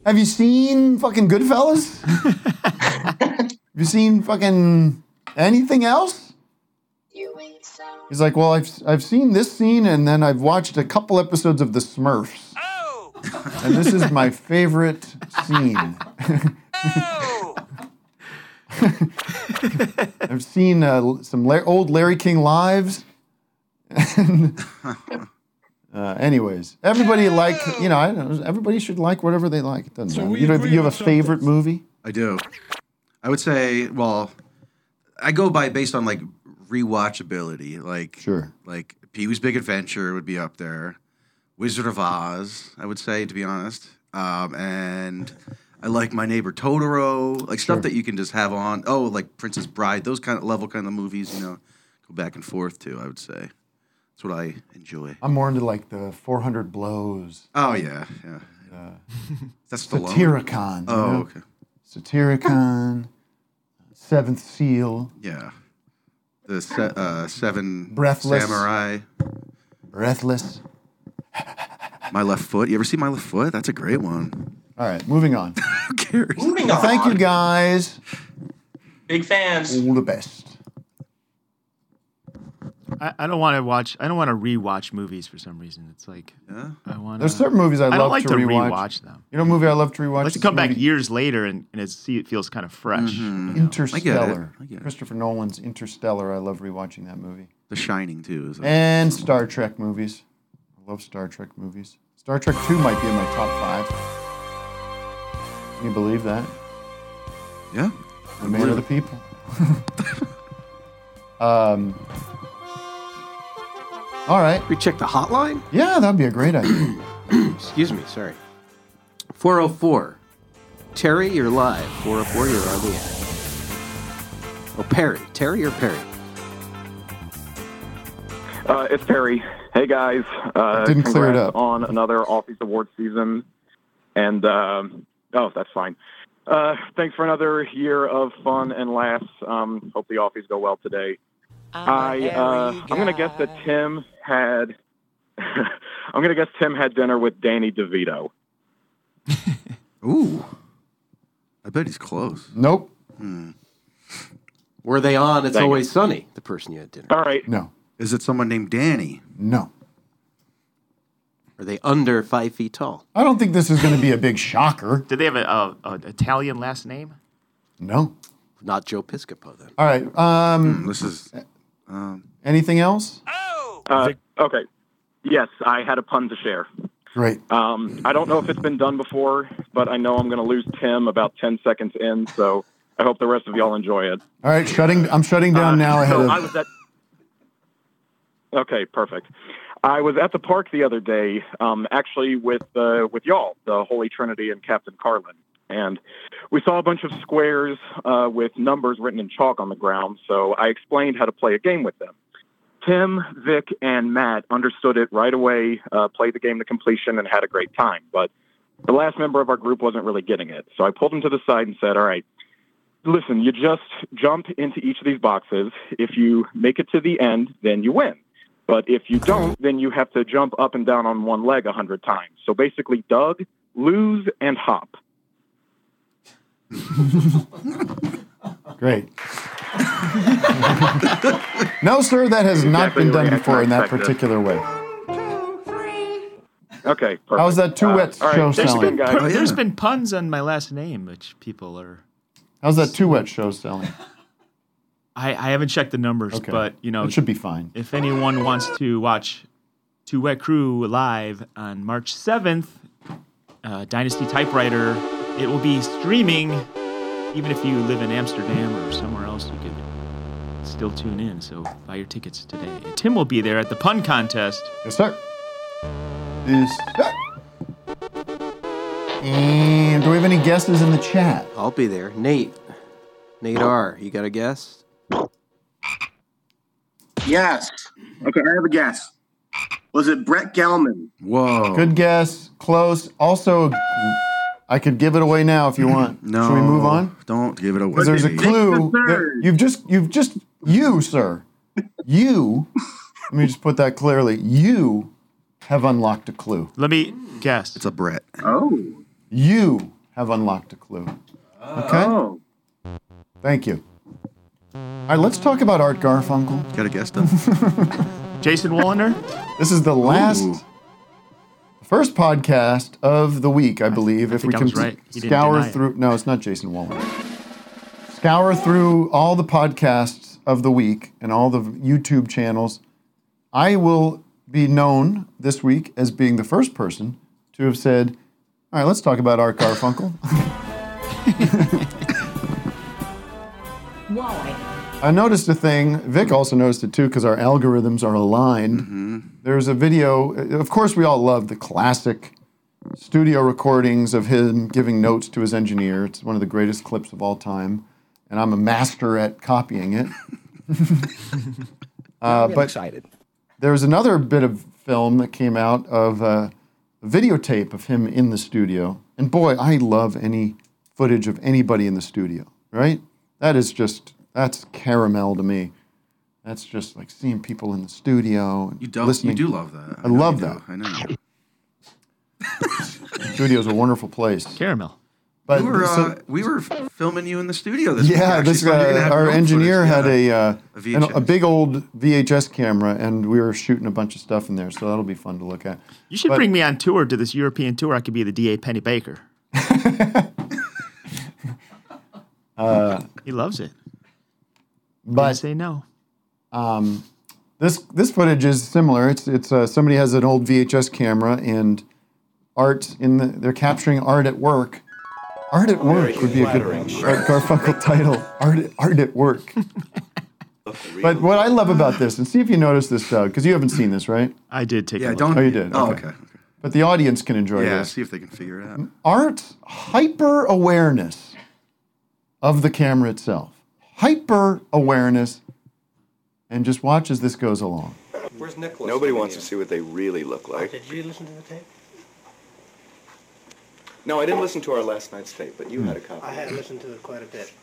Speaker 2: Have you seen fucking Goodfellas? Have you seen fucking anything else? He's like, well, I've I've seen this scene, and then I've watched a couple episodes of The Smurfs. And this is my favorite scene. I've seen uh, some La- old Larry King lives. And, uh, anyways, everybody like you know, I don't know, everybody should like whatever they like. It doesn't matter. You, know, you have a favorite movie?
Speaker 5: I do. I would say, well, I go by based on like rewatchability. Like
Speaker 2: sure.
Speaker 5: Like Pee Wee's Big Adventure would be up there. Wizard of Oz, I would say, to be honest. Um, and I like My Neighbor Totoro, like stuff that you can just have on. Oh, like Princess Bride, those kind of level kind of movies, you know, go back and forth to. I would say that's what I enjoy.
Speaker 2: I'm more into like the 400 blows.
Speaker 5: Oh yeah, yeah. That's the
Speaker 2: Satyricon.
Speaker 5: Oh,
Speaker 2: you know?
Speaker 5: okay.
Speaker 2: Satyricon, Seventh Seal,
Speaker 5: Yeah. The se- uh, seven
Speaker 2: Breathless.
Speaker 5: samurai.
Speaker 2: Breathless.
Speaker 5: My left foot. You ever see my left foot? That's a great one.
Speaker 2: All right, moving on.
Speaker 5: Who cares?
Speaker 21: Moving
Speaker 2: Well,
Speaker 21: on.
Speaker 2: thank you guys.
Speaker 21: Big fans.
Speaker 2: All the best.
Speaker 8: I, I don't want to watch. I don't want to rewatch movies for some reason. It's like I want.
Speaker 2: There's certain movies I,
Speaker 8: I don't
Speaker 2: love
Speaker 8: like
Speaker 2: to,
Speaker 8: to
Speaker 2: rewatch.
Speaker 8: rewatch them.
Speaker 2: You know, a movie I love to rewatch.
Speaker 8: I like to
Speaker 2: is
Speaker 8: come
Speaker 2: the
Speaker 8: back
Speaker 2: movie
Speaker 8: years later and, and it, see it feels kind of fresh.
Speaker 2: Mm-hmm.
Speaker 8: you know?
Speaker 2: Interstellar. Christopher Nolan's Interstellar. I love rewatching that movie.
Speaker 5: The Shining too. Is
Speaker 2: And Star Trek movies. I love Star Trek movies. Star Trek 2 might be in my top five. Can you believe that?
Speaker 5: Yeah.
Speaker 2: The man of the people. um, all right.
Speaker 12: We check the hotline?
Speaker 2: Yeah, that'd be a great idea.
Speaker 12: Excuse me, sorry. 404. Terry, you're live. 404, you're on the air. Oh, Perry. Terry or Perry?
Speaker 10: Uh, it's Perry. Hey guys, uh,
Speaker 2: Didn't clear it
Speaker 10: congrats
Speaker 2: up.
Speaker 10: on another Office Award season, and um, oh, that's fine. Uh, thanks for another year of fun and laughs. Um, hope the Offies go well today. I uh, I'm gonna guess that Tim had I'm gonna guess Tim had dinner with Danny DeVito.
Speaker 5: Ooh. I bet he's close.
Speaker 2: Nope.
Speaker 12: Were Hmm. they on It's
Speaker 5: Dang it.
Speaker 12: Always Sunny, the person you had dinner
Speaker 10: Uh, All right.
Speaker 2: No.
Speaker 5: Is it someone named Danny?
Speaker 2: No.
Speaker 12: Are they under five feet tall?
Speaker 2: I don't think this is going to be a big shocker.
Speaker 8: Did they have a, a, a Italian last name?
Speaker 2: No.
Speaker 12: Not Joe Piscopo, then.
Speaker 2: All right.
Speaker 10: Hmm,
Speaker 2: Um,
Speaker 5: this is.
Speaker 10: um,
Speaker 2: anything else?
Speaker 10: Uh, okay. Yes, I had a pun to share.
Speaker 2: Great.
Speaker 10: Um, I don't know if it's been done before, but I know I'm going to lose Tim about 10 seconds in, so I hope the rest of y'all enjoy it.
Speaker 2: All right. Shutting. I'm shutting down now ahead
Speaker 10: so
Speaker 2: of.
Speaker 10: I was at. Okay, perfect. I was at the park the other day, um, actually with uh, with y'all, the Holy Trinity and Captain Carlin, and we saw a bunch of squares uh, with numbers written in chalk on the ground. So I explained how to play a game with them. Tim, Vic, and Matt understood it right away, uh, played the game to completion, and had a great time. But the last member of our group wasn't really getting it. So I pulled him to the side and said, All right, listen, you just jump into each of these boxes. If you make it to the end, then you win. But if you don't, then you have to jump up and down on one leg a hundred times. So basically, Doug, lose and hop.
Speaker 2: Great. no, sir, that has not
Speaker 10: Exactly
Speaker 2: been
Speaker 10: the
Speaker 2: done
Speaker 10: reaction
Speaker 2: before
Speaker 10: I
Speaker 2: in that
Speaker 10: expected.
Speaker 2: particular way.
Speaker 10: Okay. Perfect.
Speaker 2: How's that two
Speaker 10: Uh,
Speaker 2: wet
Speaker 10: all right,
Speaker 2: show
Speaker 10: thanks
Speaker 2: selling?
Speaker 10: again, guys.
Speaker 2: Oh, yeah.
Speaker 8: There's been puns on my last name, which people are.
Speaker 2: How's that two wet show selling?
Speaker 8: I, I haven't checked the numbers,
Speaker 2: Okay.
Speaker 8: but you know
Speaker 2: It should be fine.
Speaker 8: If anyone wants to watch Two Wet Crew live on March seventh, uh, Dynasty Typewriter, it will be streaming. Even if you live in Amsterdam or somewhere else, you could still tune in. So buy your tickets today. And Tim will be there at the pun contest.
Speaker 2: Yes, sir. Yes, sir. And do we have any guesses in the chat?
Speaker 12: I'll be there. Nate. Nate R. You got a guess?
Speaker 9: Yes. Okay, I have a guess. Was it Brett Gelman?
Speaker 5: Whoa.
Speaker 2: Good guess. Close. Also, I could give it away now if you want.
Speaker 5: No.
Speaker 2: Should we move on?
Speaker 5: Don't give it away.
Speaker 2: Because there's a clue. that you've just, you've just, you, sir, you. let me just put that clearly. You have unlocked a clue.
Speaker 8: Let me guess.
Speaker 5: It's a Brett.
Speaker 9: Oh.
Speaker 2: You have unlocked a clue. Okay. Thank you. All right, let's talk about Art Garfunkel.
Speaker 5: Got a guess done.
Speaker 8: Jason Wallender.
Speaker 2: This is the last, first podcast of the week, I believe. if
Speaker 8: think
Speaker 2: we
Speaker 8: I
Speaker 2: can
Speaker 8: was right. He didn't
Speaker 2: scour
Speaker 8: deny it.
Speaker 2: through. No, it's not Jason Wallender. Scour through all the podcasts of the week and all the YouTube channels. I will be known this week as being the first person to have said, "All right, let's talk about Art Garfunkel." I noticed a thing. Vic also noticed it too because our algorithms are aligned.
Speaker 19: Mm-hmm.
Speaker 2: There's a video. Of course, we all love the classic studio recordings of him giving notes to his engineer. It's one of the greatest clips of all time, and I'm a master at copying it.
Speaker 19: I'm
Speaker 2: uh,
Speaker 19: getting
Speaker 2: but
Speaker 19: excited.
Speaker 2: there's another bit of film that came out of uh, a videotape of him in the studio. And boy, I love any footage of anybody in the studio, right? That is just, that's caramel to me. That's just like seeing people in the studio. And
Speaker 5: You do,
Speaker 2: listening.
Speaker 5: you do love that.
Speaker 2: I, love
Speaker 5: you
Speaker 2: that.
Speaker 5: do. I know. you do.
Speaker 2: Studio is a wonderful place.
Speaker 8: Caramel.
Speaker 2: But
Speaker 5: we were,
Speaker 2: so-
Speaker 5: uh, we were filming you in the studio this week.
Speaker 2: yeah,
Speaker 5: actually,
Speaker 2: this
Speaker 5: so you're gonna
Speaker 2: uh,
Speaker 5: have
Speaker 2: our
Speaker 5: your own
Speaker 2: engineer
Speaker 5: footage,
Speaker 2: had
Speaker 5: yeah.
Speaker 2: a uh,
Speaker 5: A
Speaker 2: an- a
Speaker 5: VHS.
Speaker 2: big old VHS camera, and we were shooting a bunch of stuff in there, so that'll be fun to look at.
Speaker 8: You should
Speaker 2: But-
Speaker 8: bring me on tour to this European tour. I could be the DA Penny Baker.
Speaker 2: Uh,
Speaker 8: he loves it.
Speaker 2: But
Speaker 8: say no.
Speaker 2: Um, this this footage is similar. It's it's uh, somebody has an old VHS camera and art in the they're capturing art at work. Art at work would be a good Art Garfunkel title. Art at, art at work. but what I love about this, and see if you notice this, Doug, because you haven't seen this, right?
Speaker 8: I did take.
Speaker 5: Yeah, a look. don't-
Speaker 2: Oh, you did.
Speaker 5: oh, okay,
Speaker 2: But the audience can enjoy
Speaker 5: Yeah,
Speaker 2: this.
Speaker 5: see if they can figure it out.
Speaker 2: Art's hyper awareness of the camera itself, hyper awareness, and just watch as this goes along.
Speaker 11: Where's Nicholas? Nobody wants to see what they really look like. Did you listen to the tape? No, I didn't listen to our last night's tape, but you had a copy.
Speaker 23: I had listened to it quite a bit.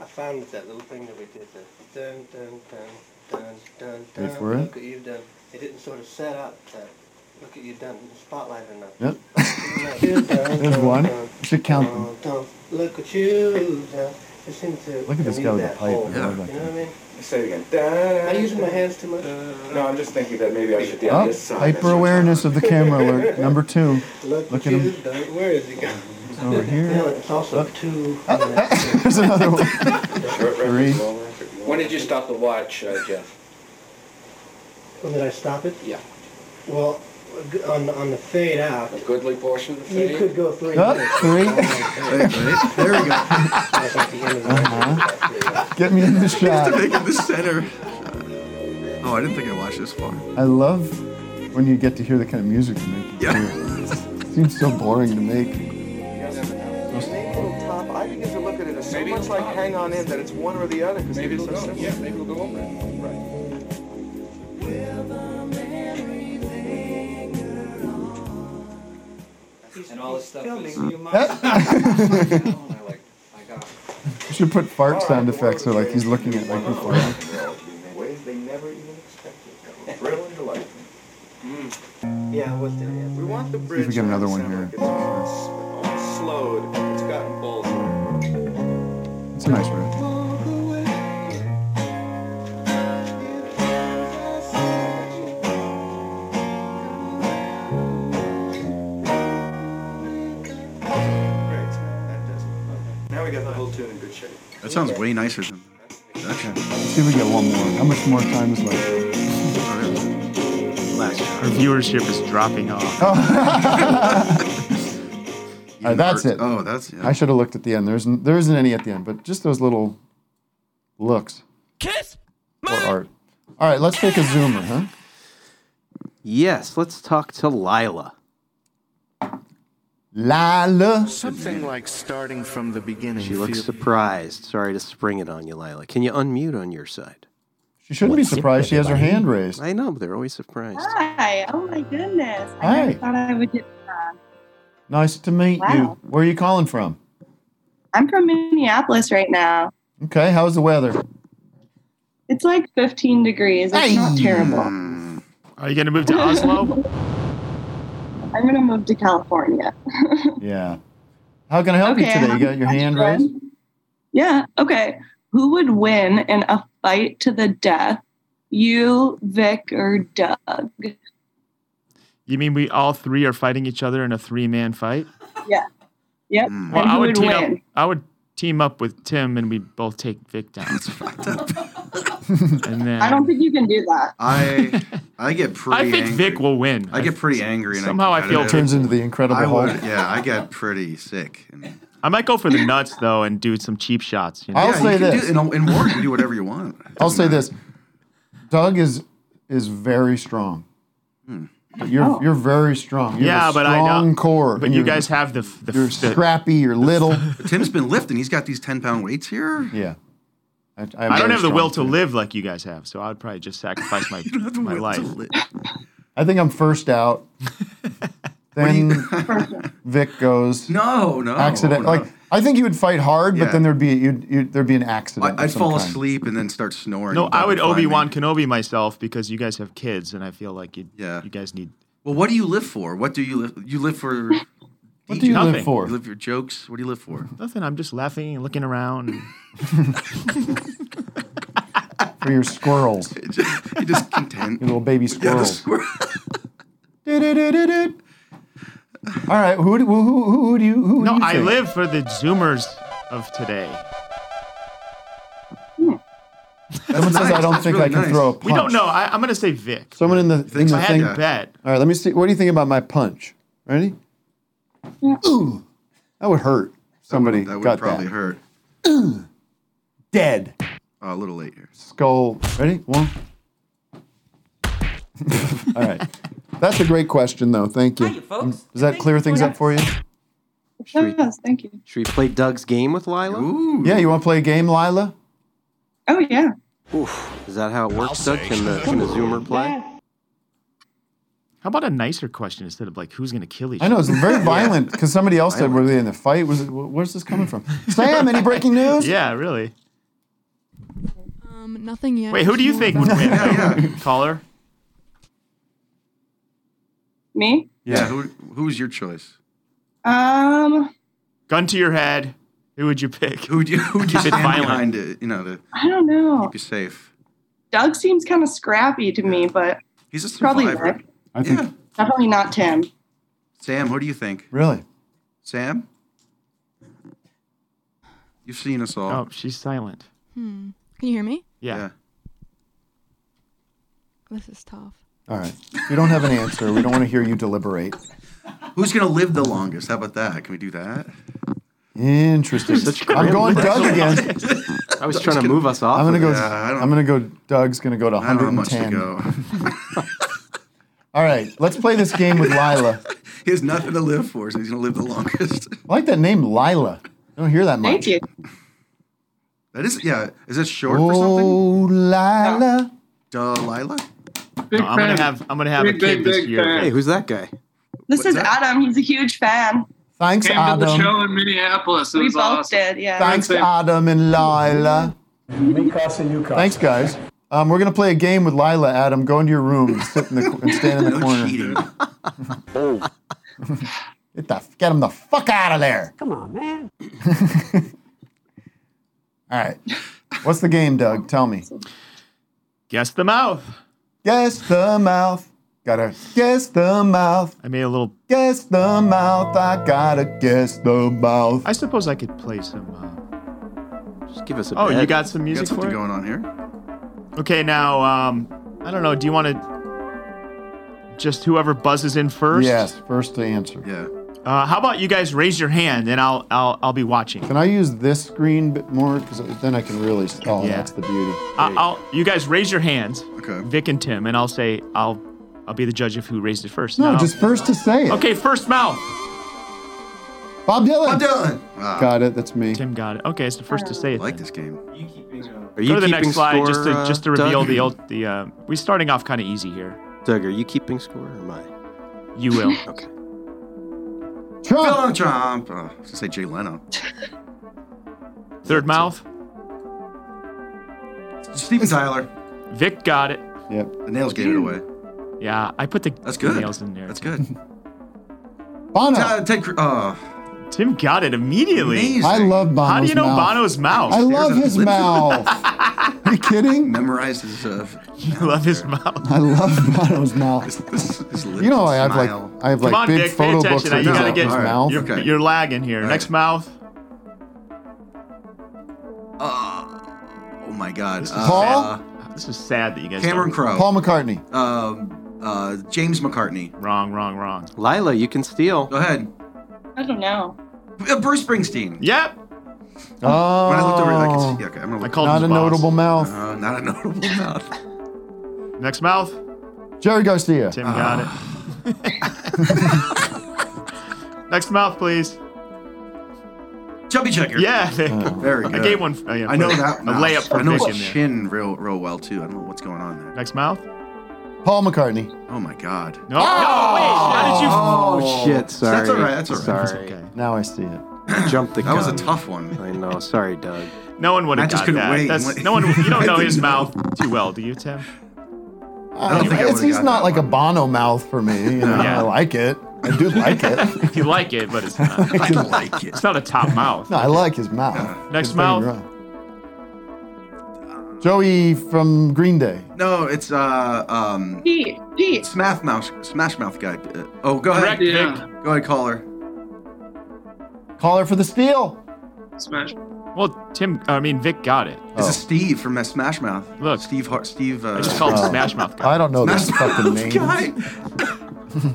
Speaker 23: I found that that little thing that we did, the dun dun dun dun dun dun.
Speaker 2: Wait for it.
Speaker 23: Look at you done. It didn't sort of set up that. Look at you done. Spotlight enough.
Speaker 2: Yep.
Speaker 23: Dun, dun,
Speaker 2: There's
Speaker 23: dun,
Speaker 2: one.
Speaker 23: dun,
Speaker 2: You should count them.
Speaker 23: dun, dun. Look at you done. It seemed to.
Speaker 2: Look at this
Speaker 23: leave
Speaker 2: guy with the
Speaker 23: that
Speaker 2: pipe.
Speaker 23: hole.
Speaker 2: I love
Speaker 23: You know
Speaker 2: that
Speaker 23: what I mean?
Speaker 11: Say it again.
Speaker 23: Am I using my hands too much?
Speaker 11: No, I'm just thinking that maybe I should be on
Speaker 2: Up,
Speaker 11: this side.
Speaker 2: hyper awareness of the camera alert number two.
Speaker 23: Look,
Speaker 2: Look
Speaker 23: at you
Speaker 2: at him.
Speaker 23: done. Where is he going?
Speaker 2: over here.
Speaker 23: Yeah, it's also two.
Speaker 2: There's another one. Three.
Speaker 11: When did you stop the watch, uh, Jeff?
Speaker 23: When did I stop it?
Speaker 11: Yeah.
Speaker 23: Well, g- on on the fade out.
Speaker 11: The goodly portion of the
Speaker 23: You
Speaker 11: fade?
Speaker 23: could go three.
Speaker 2: Up,
Speaker 23: minutes.
Speaker 2: three.
Speaker 5: There we go.
Speaker 23: That's at the end of the
Speaker 2: Uh-huh. Get me in the shot.
Speaker 5: Make it the center. Oh, I didn't think I watched this far.
Speaker 2: I love when you get to hear the kind of music you make.
Speaker 5: Yeah.
Speaker 2: It seems so boring to make.
Speaker 23: little top, I begin to look at it as so much like Hang On In that it's one or the other because maybe it's so similar. Yeah, maybe it'll go over it. Right.
Speaker 1: and all this stuff. Is,
Speaker 2: You should put fart sound effects or like he's looking at like he's farting.
Speaker 23: in ways they never even expected. Thrill and delight. Mm. Yeah, it was there. We want the
Speaker 2: See if we
Speaker 23: bridge
Speaker 2: get another one here.
Speaker 23: almost slowed. It's gotten balls.
Speaker 2: It's a nice riff.
Speaker 23: Now we got the whole tune in good shape.
Speaker 5: That sounds way nicer than
Speaker 2: Let's see if we get one more. How much more time is left?
Speaker 5: last.
Speaker 8: Our viewership is dropping off.
Speaker 5: Oh.
Speaker 2: All right, Uh, that's it.
Speaker 5: Oh, that's- yeah.
Speaker 2: I should have looked at the end. There's n- there isn't any at the end, but just those little looks.
Speaker 6: Kiss
Speaker 2: or art. All right, let's take a zoomer, huh?
Speaker 12: Yes, let's talk to Lila.
Speaker 2: Lila.
Speaker 12: Something
Speaker 11: like starting from the beginning.
Speaker 12: She looks surprised. Sorry to spring it on you, Lila. Can you unmute on your side?
Speaker 2: She shouldn't
Speaker 12: What's
Speaker 2: be
Speaker 12: up,
Speaker 2: surprised. She has her
Speaker 12: everybody?
Speaker 2: hand raised.
Speaker 12: I know, but they're always surprised.
Speaker 13: Hi. Oh my goodness. I
Speaker 2: Hi.
Speaker 13: never thought I would get uh, that.
Speaker 2: Nice to meet you.
Speaker 13: Wow.
Speaker 2: Where are you calling from?
Speaker 13: I'm from Minneapolis right now.
Speaker 2: Okay, how's the weather?
Speaker 13: It's like 15 degrees. It's not terrible.
Speaker 2: Mm.
Speaker 8: Are you going to move to Oslo?
Speaker 13: I'm going to move to California.
Speaker 2: yeah. How can I help you
Speaker 13: Okay,
Speaker 2: today? You
Speaker 13: um,
Speaker 2: got your hand raised?
Speaker 13: yeah. Okay. Who would win in a fight to the death? You, Vic, or Doug?
Speaker 8: You mean we all three are fighting each other in a three man fight?
Speaker 13: Yeah. Yep.
Speaker 8: Well,
Speaker 13: and
Speaker 8: I
Speaker 13: who
Speaker 8: would,
Speaker 13: would,
Speaker 8: team
Speaker 13: win?
Speaker 8: up. I would team up with Tim, and we'd both take Vic down. That's fucked up. and then
Speaker 13: I don't think you can do that.
Speaker 8: Uh,
Speaker 5: I I get pretty.
Speaker 8: I think
Speaker 5: angry.
Speaker 8: Vic will win.
Speaker 5: I get pretty angry. And
Speaker 8: somehow I feel
Speaker 5: competitive.
Speaker 8: Turns into
Speaker 2: the Incredible
Speaker 5: I would-
Speaker 2: Hulk.
Speaker 5: yeah, I get pretty sick.
Speaker 8: I might go for the nuts though, and do some cheap shots. You know?
Speaker 2: I'll Yeah, you say can do- this.
Speaker 5: In, in war, you can do whatever you want.
Speaker 2: I'll say this. Doug is is very strong. But You're
Speaker 8: Oh.
Speaker 2: you're very strong. You
Speaker 8: yeah,
Speaker 2: have a
Speaker 8: but I
Speaker 2: strong
Speaker 8: know.
Speaker 2: core.
Speaker 8: But
Speaker 2: and
Speaker 8: you
Speaker 2: you're-
Speaker 8: guys have the f- the,
Speaker 2: you're
Speaker 8: f- the
Speaker 2: scrappy, you're little.
Speaker 5: Tim's been lifting. He's got these ten pound weights here.
Speaker 2: Yeah. I,
Speaker 8: I, don't have the will to live like you guys have, so I would probably just sacrifice my my life.
Speaker 2: I think I'm first out. then Vic goes.
Speaker 5: No, no,
Speaker 2: Accident.
Speaker 5: no.
Speaker 2: Like I think you would fight hard,
Speaker 5: Yeah.
Speaker 2: but then there'd be you'd, you'd, there'd be an accident.
Speaker 5: I,
Speaker 2: of
Speaker 5: I'd
Speaker 2: some
Speaker 5: fall
Speaker 2: kind.
Speaker 5: asleep and then start snoring.
Speaker 8: No,
Speaker 5: and
Speaker 8: I would
Speaker 5: Doug would
Speaker 8: Obi
Speaker 5: find me.
Speaker 8: Wan Kenobi myself because you guys have kids, and I feel like you you guys need.
Speaker 5: Well, what do you live for? What do you live? You live for.
Speaker 8: What do you live
Speaker 5: Nothing.
Speaker 8: for?
Speaker 5: You live for jokes. What do you live for?
Speaker 8: Nothing. I'm just laughing and looking around.
Speaker 2: for your squirrels.
Speaker 5: you just content.
Speaker 2: Your little baby squirrels.
Speaker 5: squirrel.
Speaker 2: Du-du-du-du-du. All right, who do, who, who, who do you who
Speaker 8: no,
Speaker 2: do you
Speaker 8: I
Speaker 2: think?
Speaker 8: live for the Zoomers of today.
Speaker 5: Hmm.
Speaker 2: Someone says I don't think I can throw a punch.
Speaker 8: We don't know. I, I'm going to say Vic.
Speaker 2: Someone in the, in
Speaker 8: so?
Speaker 2: the
Speaker 8: I had
Speaker 2: thing.
Speaker 8: to bet.
Speaker 2: All right, let me see. What do you think about my punch? Ready? Ooh, that would hurt. Somebody
Speaker 5: That would
Speaker 2: got
Speaker 5: probably
Speaker 2: that.
Speaker 5: hurt.
Speaker 2: Ooh, dead.
Speaker 5: Oh, a little late here.
Speaker 2: Skull. Ready? One. All right. That's a great question, though. Thank you.
Speaker 13: folks.
Speaker 2: Does that clear things up for you?
Speaker 13: Yes, thank you.
Speaker 12: Should we play Doug's game with Lila?
Speaker 2: Yeah, you want to play a game, Lila?
Speaker 13: Oh, yeah.
Speaker 12: Oof. Is that how it works, Doug? Can the, can the Zoomer play?
Speaker 8: How about a nicer question instead of like who's going to kill each
Speaker 2: I
Speaker 8: other?
Speaker 2: know it's very violent because somebody else said, "Were they in the fight? Was it, wh- where's this coming from?" Sam, any breaking news?
Speaker 8: Yeah, really.
Speaker 14: Um, nothing yet.
Speaker 8: Wait, who do you think would win? Caller?
Speaker 13: Me?
Speaker 5: Yeah. who who was your choice?
Speaker 13: Um,
Speaker 8: Gun to your head. Who would you pick? Who
Speaker 5: would you, who would you stand
Speaker 8: violent?
Speaker 5: behind it? You know, to
Speaker 13: I don't know.
Speaker 5: keep you safe.
Speaker 13: Doug seems kind of scrappy to me, but
Speaker 5: He's a
Speaker 13: probably
Speaker 5: survivor.
Speaker 13: Rick.
Speaker 2: I think.
Speaker 13: Definitely not Tim.
Speaker 5: Sam, who do you think?
Speaker 2: Really?
Speaker 5: Sam? You've seen us all.
Speaker 8: Oh, she's silent.
Speaker 14: Hmm. Can you hear me?
Speaker 8: Yeah.
Speaker 14: This is tough.
Speaker 2: All right. If you don't have an answer, we don't want to hear you deliberate.
Speaker 5: Who's gonna live the longest? How about that? Can we do that?
Speaker 2: Interesting. I'm
Speaker 5: grim
Speaker 2: going
Speaker 5: lists.
Speaker 2: Doug again.
Speaker 12: I was trying to move us off.
Speaker 2: I'm gonna
Speaker 12: of
Speaker 2: go.
Speaker 12: this.
Speaker 2: I'm gonna go. Doug's gonna go to
Speaker 5: I don't know how much to
Speaker 2: 110.
Speaker 5: go.
Speaker 2: All right, let's play this game with Lila.
Speaker 5: He has nothing to live for, so he's gonna live the longest.
Speaker 2: I like that name, Lila. I don't hear that much.
Speaker 13: Thank you.
Speaker 5: That is, yeah. Is it short for something?
Speaker 2: Oh, Lila.
Speaker 5: Delilah?
Speaker 8: No, I'm gonna have I'm gonna have a kid this year.
Speaker 12: Hey, who's that guy?
Speaker 13: This is Adam. He's a huge fan.
Speaker 2: Thanks,
Speaker 13: Came to the
Speaker 2: Adam.
Speaker 13: show
Speaker 20: in Minneapolis.
Speaker 13: we both did, yeah.
Speaker 2: Thanks, Adam and Lila. Thanks, guys. Um, we're gonna play a game with Lila. Adam, go into your room and sit in the and stand in the corner.
Speaker 5: oh.
Speaker 2: Get the get him the fuck out of there.
Speaker 6: Come on, man.
Speaker 2: All right. What's the game, Doug? Tell me.
Speaker 8: Guess the mouth.
Speaker 2: Guess the mouth. Gotta guess the mouth.
Speaker 8: I made a little.
Speaker 2: Guess the mouth. I gotta guess the mouth.
Speaker 8: I suppose I could play some. Uh...
Speaker 12: Just give us a
Speaker 8: Oh,
Speaker 12: bed.
Speaker 8: you got some music
Speaker 5: something
Speaker 8: for it?
Speaker 5: going on here.
Speaker 8: Okay, now um, I don't know. Do you want to just whoever buzzes in first?
Speaker 2: Yes, first to answer.
Speaker 5: Yeah.
Speaker 8: Uh, how about you guys raise your hand and I'll I'll I'll be watching.
Speaker 2: Can I use this screen bit more? Because then I can really. Oh,
Speaker 8: Yeah.
Speaker 2: that's the beauty.
Speaker 8: I- I'll you guys raise your hands.
Speaker 5: Okay.
Speaker 8: Vic and Tim, and I'll say I'll I'll be the judge of who raised it first.
Speaker 2: No,
Speaker 8: Now-
Speaker 2: just first to say it.
Speaker 8: Okay, first mouth.
Speaker 2: Bob Dylan. Bob
Speaker 5: Dylan.
Speaker 12: Ah.
Speaker 2: Got it. That's me.
Speaker 8: Tim got it. Okay, it's the first to say it.
Speaker 5: like this game.
Speaker 12: Are you
Speaker 8: Go to the
Speaker 12: keeping
Speaker 8: next slide just to
Speaker 12: score, uh,
Speaker 8: just to reveal
Speaker 12: Doug?
Speaker 8: the old the uh, we're starting off kind of easy here.
Speaker 12: Doug, are you keeping score or am I?
Speaker 8: You will.
Speaker 12: okay.
Speaker 5: Donald Trump. Uh, I was going to say Jay Leno.
Speaker 8: Third mouth.
Speaker 5: Steven Tyler.
Speaker 8: Vic got it.
Speaker 2: Yep.
Speaker 5: The nails gave it away.
Speaker 8: Yeah, I put the
Speaker 5: That's good.
Speaker 8: nails in there.
Speaker 5: That's good.
Speaker 2: Bono.
Speaker 5: Ted, Ted Cru- oh,
Speaker 8: Tim got it immediately.
Speaker 5: Amazing.
Speaker 2: I love Bono's
Speaker 8: How do you know
Speaker 2: mouth.
Speaker 8: Bono's mouth?
Speaker 2: I love his mouth. Are you kidding?
Speaker 5: memorized his. Uh,
Speaker 8: You love his mouth.
Speaker 2: I love Bono's mouth. You know, I have like I have
Speaker 8: Come
Speaker 2: like
Speaker 8: on,
Speaker 2: big
Speaker 8: Vic,
Speaker 2: photo
Speaker 8: pay
Speaker 2: books
Speaker 8: attention. Now
Speaker 2: of
Speaker 8: you gotta
Speaker 2: his
Speaker 8: get
Speaker 2: his mouth.
Speaker 8: You're, you're lagging here. Next mouth.
Speaker 5: Uh, oh my God.
Speaker 8: This is
Speaker 5: Uh,
Speaker 8: Paul? This is sad that you guys.
Speaker 5: Cameron
Speaker 8: don't-
Speaker 5: Crowe.
Speaker 2: Paul McCartney.
Speaker 5: Um, uh, James McCartney.
Speaker 8: Wrong, wrong, wrong.
Speaker 12: Lila, you can steal.
Speaker 5: Go ahead.
Speaker 13: I don't know.
Speaker 5: Uh, Bruce Springsteen.
Speaker 8: Yep.
Speaker 2: Oh,
Speaker 5: When I looked over, I could see. yeah, Okay, I'm gonna look.
Speaker 8: called
Speaker 2: not
Speaker 8: his
Speaker 2: a
Speaker 8: boss.
Speaker 2: notable mouth.
Speaker 5: Uh, not a notable mouth.
Speaker 8: Next mouth.
Speaker 5: Uh-huh.
Speaker 2: Jerry Garcia.
Speaker 8: Tim got it. Next mouth, please.
Speaker 5: Chubby checker.
Speaker 8: Yeah.
Speaker 5: Very good.
Speaker 8: I gave one. oh, yeah,
Speaker 5: I know
Speaker 8: a
Speaker 5: that. mouth.
Speaker 8: layup for
Speaker 5: I know
Speaker 8: Vic
Speaker 5: his
Speaker 8: in there.
Speaker 5: chin real, real well too. I don't know what's going on there.
Speaker 8: Next mouth.
Speaker 2: Paul McCartney.
Speaker 5: Oh my God.
Speaker 8: No. No. Wait. How did you?
Speaker 12: Oh shit! Sorry.
Speaker 5: Oh. That's all right. That's all right.
Speaker 12: Sorry.
Speaker 8: Okay.
Speaker 2: Now I see it.
Speaker 12: Jumped the
Speaker 5: That
Speaker 12: gun.
Speaker 5: was a tough one.
Speaker 12: I know. Sorry, Doug.
Speaker 8: No one would
Speaker 5: I
Speaker 8: have
Speaker 5: just
Speaker 8: got
Speaker 5: couldn't
Speaker 8: that.
Speaker 5: wait.
Speaker 8: That's, no one. You
Speaker 5: I
Speaker 8: don't know
Speaker 5: didn't
Speaker 8: his
Speaker 5: know.
Speaker 8: mouth too well, do you, Tim?
Speaker 5: don't think I
Speaker 2: it's,
Speaker 5: would've
Speaker 2: he's
Speaker 5: got
Speaker 2: not
Speaker 5: that
Speaker 2: like a Bono mouth for me. You know,
Speaker 8: Yeah.
Speaker 2: I like it. I do like it.
Speaker 8: You like it, but it's not.
Speaker 5: I like it.
Speaker 8: It's not a top mouth.
Speaker 2: No, I like his mouth.
Speaker 8: Next
Speaker 2: Don't get me wrong. Joey from Green Day.
Speaker 5: No, it's uh um
Speaker 13: Pete, Pete.
Speaker 5: Smash Mouth Smash Mouth guy. Uh, oh, go ahead.
Speaker 8: Correct, Vic.
Speaker 5: Go ahead, caller.
Speaker 2: Call her for the steal.
Speaker 20: Smash.
Speaker 8: Well, Tim. I mean, Vic got it.
Speaker 5: This
Speaker 2: Oh.
Speaker 5: is Steve from Smash Mouth.
Speaker 8: Look,
Speaker 5: Steve Har- Steve. Uh,
Speaker 8: I just called
Speaker 2: Oh.
Speaker 8: him Smash Mouth. Guy.
Speaker 2: I don't know this
Speaker 5: Smash
Speaker 2: fucking
Speaker 5: Mouth
Speaker 2: name.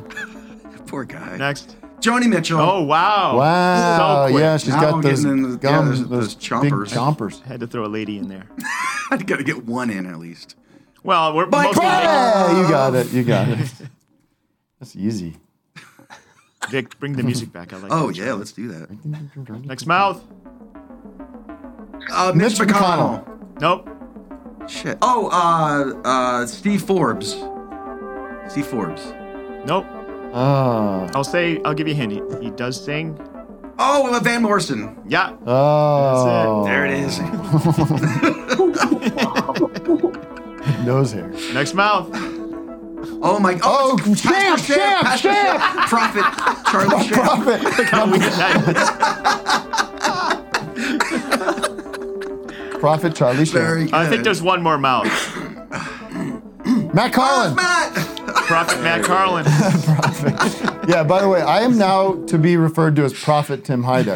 Speaker 5: guy. Poor guy.
Speaker 8: Next.
Speaker 5: Joni Mitchell.
Speaker 8: Oh wow.
Speaker 2: Wow.
Speaker 8: So quick.
Speaker 2: yeah, she's
Speaker 5: Now
Speaker 2: got
Speaker 5: we're
Speaker 2: those
Speaker 5: getting into-
Speaker 2: gums,
Speaker 5: yeah, those-
Speaker 2: those,
Speaker 5: those
Speaker 2: Big
Speaker 5: chompers.
Speaker 2: chompers.
Speaker 8: Had to throw a lady in there.
Speaker 5: I gotta get one in at least.
Speaker 8: Well, we're
Speaker 5: Mike
Speaker 8: mostly
Speaker 2: Yeah, Oh, you got it. You got it. That's easy.
Speaker 8: Vic. Vic, bring the music back. I like.
Speaker 5: Oh
Speaker 8: that.
Speaker 5: yeah, let's do
Speaker 2: Uh,
Speaker 5: that.
Speaker 8: Next mouth.
Speaker 5: Uh, Mitch,
Speaker 2: Mitch
Speaker 5: McConnell.
Speaker 8: Nope.
Speaker 5: Shit. Oh, uh, uh, Steve Forbes. Steve Forbes.
Speaker 8: Nope.
Speaker 2: Ah.
Speaker 8: I'll say. I'll give you a hint. He, he does sing.
Speaker 5: Oh, uh, Van Morrison.
Speaker 8: Yeah.
Speaker 2: Oh.
Speaker 5: There it is.
Speaker 2: Nose hair.
Speaker 8: Next mouth.
Speaker 5: Oh my.
Speaker 2: Oh,
Speaker 5: it's
Speaker 2: Sham,
Speaker 5: Pastor
Speaker 2: Sham,
Speaker 5: Pastor
Speaker 2: Sham. Oh,
Speaker 5: Prophet Charlie Sham.
Speaker 2: Prophet.
Speaker 8: How we did that.
Speaker 2: Prophet Charlie Sheen.
Speaker 5: Very good.
Speaker 8: I think there's one more mouth.
Speaker 2: Matt
Speaker 5: Oh,
Speaker 2: Carlin.
Speaker 5: Matt.
Speaker 8: Prophet Matt Carlin.
Speaker 2: Yeah, by the way, I am now to be referred to as Prophet Tim Hyde.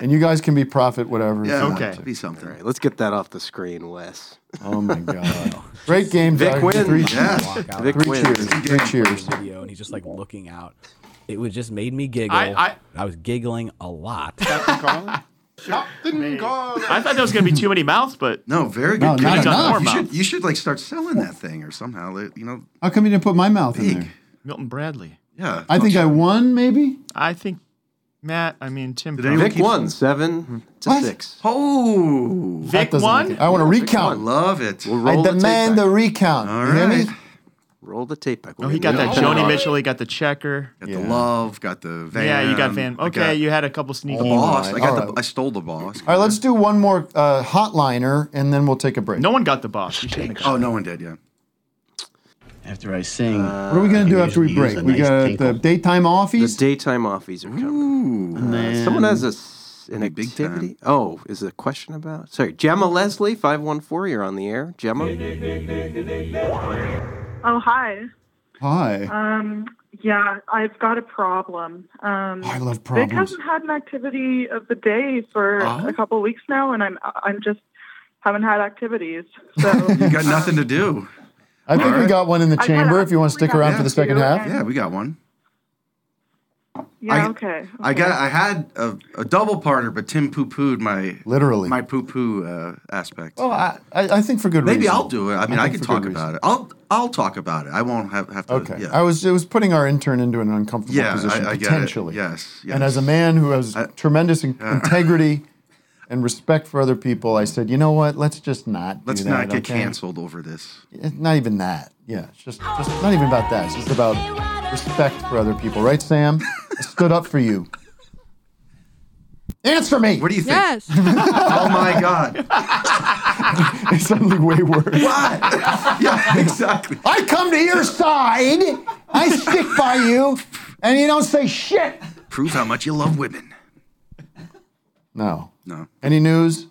Speaker 2: and you guys can be Prophet whatever. you
Speaker 5: Yeah,
Speaker 2: want
Speaker 8: Okay.
Speaker 2: to.
Speaker 5: Be something.
Speaker 12: All right, let's get that off the screen, Wes.
Speaker 2: Oh my god. Great game,
Speaker 12: Vic
Speaker 2: Doug.
Speaker 12: wins.
Speaker 2: Three,
Speaker 5: Yes.
Speaker 4: walk out
Speaker 12: Vic
Speaker 4: of
Speaker 2: three
Speaker 12: wins.
Speaker 2: cheers. Three cheers.
Speaker 4: the studio, and he's just like looking out. It was just made me giggle.
Speaker 8: I- I-
Speaker 4: I was giggling a lot.
Speaker 8: I thought there was gonna be too many mouths, but
Speaker 5: No, very
Speaker 2: No,
Speaker 5: good. kid.
Speaker 2: not
Speaker 5: You've done
Speaker 2: enough.
Speaker 5: more You
Speaker 8: mouth.
Speaker 5: should, you should like start selling that thing or somehow. like, You know,
Speaker 2: How come you didn't put my mouth in
Speaker 5: big.
Speaker 2: there?
Speaker 8: Milton Bradley.
Speaker 5: Yeah.
Speaker 2: I think I
Speaker 5: Sure.
Speaker 2: won, maybe?
Speaker 8: I think Matt, I mean Tim.
Speaker 12: Did anyone Vic keep- Hmm. won,
Speaker 8: seven
Speaker 12: to What? six.
Speaker 5: Oh,
Speaker 8: Vic won.
Speaker 2: I want to
Speaker 12: Vic
Speaker 2: recount.
Speaker 12: won.
Speaker 5: Love it.
Speaker 12: We'll roll the
Speaker 2: I
Speaker 12: tape
Speaker 2: demand
Speaker 12: back.
Speaker 2: the recount.
Speaker 12: All
Speaker 2: You hear me?
Speaker 12: right. Roll the tape back.
Speaker 8: Oh, he got that Joni Mitchell. He got the checker.
Speaker 5: Got the love. Got the van.
Speaker 8: yeah, you got Van.
Speaker 5: I
Speaker 8: Okay,
Speaker 5: got
Speaker 8: you had a couple sneaky.
Speaker 5: uh, the boss. I got
Speaker 2: All
Speaker 5: the.
Speaker 2: right.
Speaker 5: I stole the boss.
Speaker 2: All right, let's do one more uh, hotliner, and then we'll take a break.
Speaker 8: No one got the boss. You shouldn't have
Speaker 5: Oh, no one did. Yeah.
Speaker 7: After I sing,
Speaker 2: What are we gonna do after we break? We got the daytime offies.
Speaker 12: The daytime offies are coming. Uh, someone has a, s- an activity. Oh, is it a question about? Sorry, Gemma Leslie, 514, you're on the air. Gemma?
Speaker 16: Oh, hi.
Speaker 2: Hi.
Speaker 16: Um, yeah, I've got a problem. Um, I
Speaker 2: love
Speaker 16: Vic
Speaker 2: problems.
Speaker 16: hasn't had an activity of the day for
Speaker 5: Oh.
Speaker 16: a couple weeks now, and I'm I'm just haven't had activities.
Speaker 5: You got nothing to do.
Speaker 2: I think we got one in the
Speaker 16: I
Speaker 2: chamber. If you want to stick around for the second half.
Speaker 5: Yeah, we got one.
Speaker 16: Yeah,
Speaker 5: I-
Speaker 16: okay.
Speaker 5: I got. I had a, a double parter, but Tim poo pooed my
Speaker 2: literally
Speaker 5: my poo poo uh, aspect.
Speaker 2: Well, I, I I think for good
Speaker 5: Maybe
Speaker 2: reason.
Speaker 5: I'll do it. I mean, I,
Speaker 2: think
Speaker 5: can
Speaker 2: for
Speaker 5: talk
Speaker 2: good reason.
Speaker 5: about it. I'll I'll talk about it. I won't have have to.
Speaker 2: Okay.
Speaker 5: Yeah.
Speaker 2: I was it was putting our intern into an uncomfortable
Speaker 5: Yeah,
Speaker 2: position
Speaker 5: I, I get it.
Speaker 2: potentially.
Speaker 5: Yes, yes.
Speaker 2: And as a man who has tremendous in- integrity and respect for other people, I said, you know what? Let's just not.
Speaker 5: Let's
Speaker 2: do that,
Speaker 5: not get
Speaker 2: okay?
Speaker 5: canceled over this.
Speaker 2: It's not even that. Yeah, it's just just not even about that. It's just about respect for other people, right, Sam? I stood up for you. Answer me. What
Speaker 5: do you
Speaker 2: think?
Speaker 5: Yes. oh my God.
Speaker 2: it's something way worse.
Speaker 5: yeah, exactly.
Speaker 2: I come to your side. I stick by you, and you don't say shit.
Speaker 5: Prove how much you love women.
Speaker 2: No.
Speaker 5: No.
Speaker 2: Any news?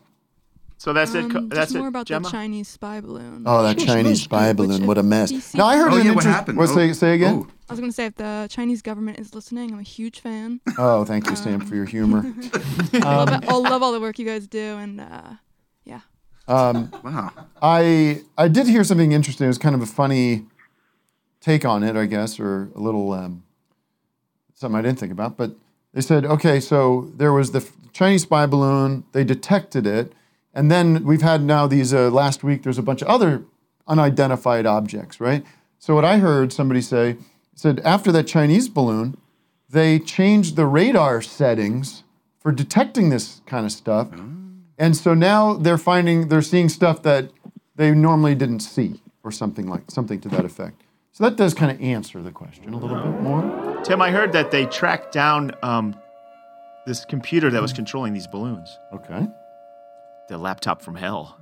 Speaker 8: So that's it. Co-
Speaker 14: Um,
Speaker 8: That's
Speaker 14: just more
Speaker 8: it,
Speaker 14: about
Speaker 8: Gemma.
Speaker 14: the Chinese spy balloon.
Speaker 2: Oh, that Chinese spy balloon. What a mess.
Speaker 14: DC
Speaker 2: No, I heard
Speaker 14: Oh,
Speaker 2: an
Speaker 14: yeah, what
Speaker 2: interest-
Speaker 14: happened?
Speaker 2: What,
Speaker 14: Oh.
Speaker 2: say, say again?
Speaker 14: I was gonna say if the Chinese government is listening, I'm a huge fan.
Speaker 2: Oh, thank you, Sam, for your humor.
Speaker 14: I love
Speaker 2: Um,
Speaker 14: it. I love all the work you guys do, and uh, yeah.
Speaker 2: um,
Speaker 5: wow.
Speaker 2: I I did hear something interesting. It was kind of a funny take on it, I guess, or a little um, something I didn't think about. But they said, okay, so there was the f- Chinese spy balloon. They detected it, and then we've had now these uh, last week. There's a bunch of other unidentified objects, right? So what I heard somebody say said after that Chinese balloon, they changed the radar settings for detecting this kind of stuff. And so now they're finding they're seeing stuff that they normally didn't see or something like something to that effect. So that does kind of answer the question a little bit more.
Speaker 8: Tim, I heard that they tracked down um, this computer that was controlling these balloons.
Speaker 2: Hmm. Okay.
Speaker 8: The laptop from hell.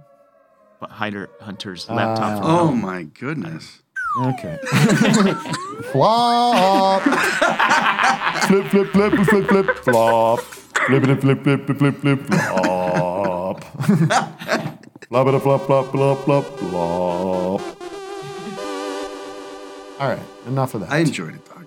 Speaker 8: But Hider
Speaker 2: Ah.
Speaker 8: Hunter's laptop from hell.
Speaker 5: oh my goodness.
Speaker 2: Okay. Flop. flip, flip, flip, flip, flip, flip, flop. Flippity flip, flip, flip, flip, flip, flop. Floppity flop, flop, flop, flop, flop. All right, enough of that.
Speaker 5: I enjoyed it, Doc.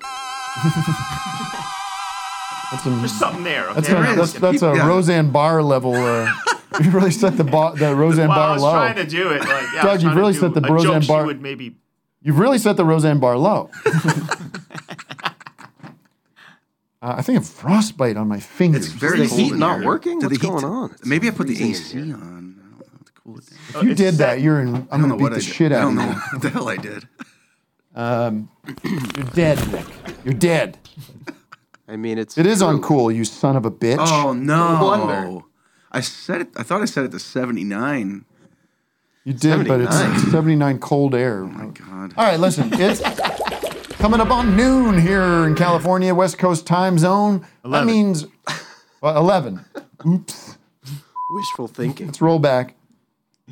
Speaker 2: That's a,
Speaker 8: There's something there. Okay?
Speaker 2: That's a, that's, that's a
Speaker 8: Yeah.
Speaker 2: Roseanne Barr level. Uh, you really set the, bar, the Roseanne
Speaker 8: Well, I
Speaker 2: Barr
Speaker 8: was
Speaker 2: low.
Speaker 8: trying to do it. Like, yeah, I was
Speaker 2: Doug, you've
Speaker 8: trying to
Speaker 2: really
Speaker 8: do
Speaker 2: set the
Speaker 8: a
Speaker 2: Roseanne
Speaker 8: joke she
Speaker 2: Barr-
Speaker 8: would maybe.
Speaker 2: You've really set the Roseanne Barr low. Uh, I think a frostbite on my fingers.
Speaker 5: It's very cold in here. Did the heat- Maybe I put the
Speaker 2: freezing in
Speaker 5: AC on.
Speaker 2: If you
Speaker 5: Uh, it's
Speaker 2: did that,
Speaker 5: set.
Speaker 2: you're in.
Speaker 5: I
Speaker 2: I'm
Speaker 5: don't
Speaker 2: gonna
Speaker 5: know
Speaker 2: beat
Speaker 5: what
Speaker 2: the
Speaker 5: I did.
Speaker 2: shit
Speaker 5: I
Speaker 2: out
Speaker 5: don't
Speaker 2: of
Speaker 5: know
Speaker 2: you.
Speaker 5: what the hell I did.
Speaker 2: Um, you're dead, Nick. You're dead.
Speaker 12: I mean, it's.
Speaker 2: It is uncool, you son of a bitch.
Speaker 5: Oh
Speaker 12: No wonder.
Speaker 5: no! I said it. I thought I said it to seventy nine.
Speaker 2: You did, but it's 79 cold air. Oh my
Speaker 5: god.
Speaker 2: All right, listen, it's coming up on noon here in California, West Coast time zone. That
Speaker 12: 11.
Speaker 2: means well, 11. Oops.
Speaker 12: Wishful thinking.
Speaker 2: Let's roll back.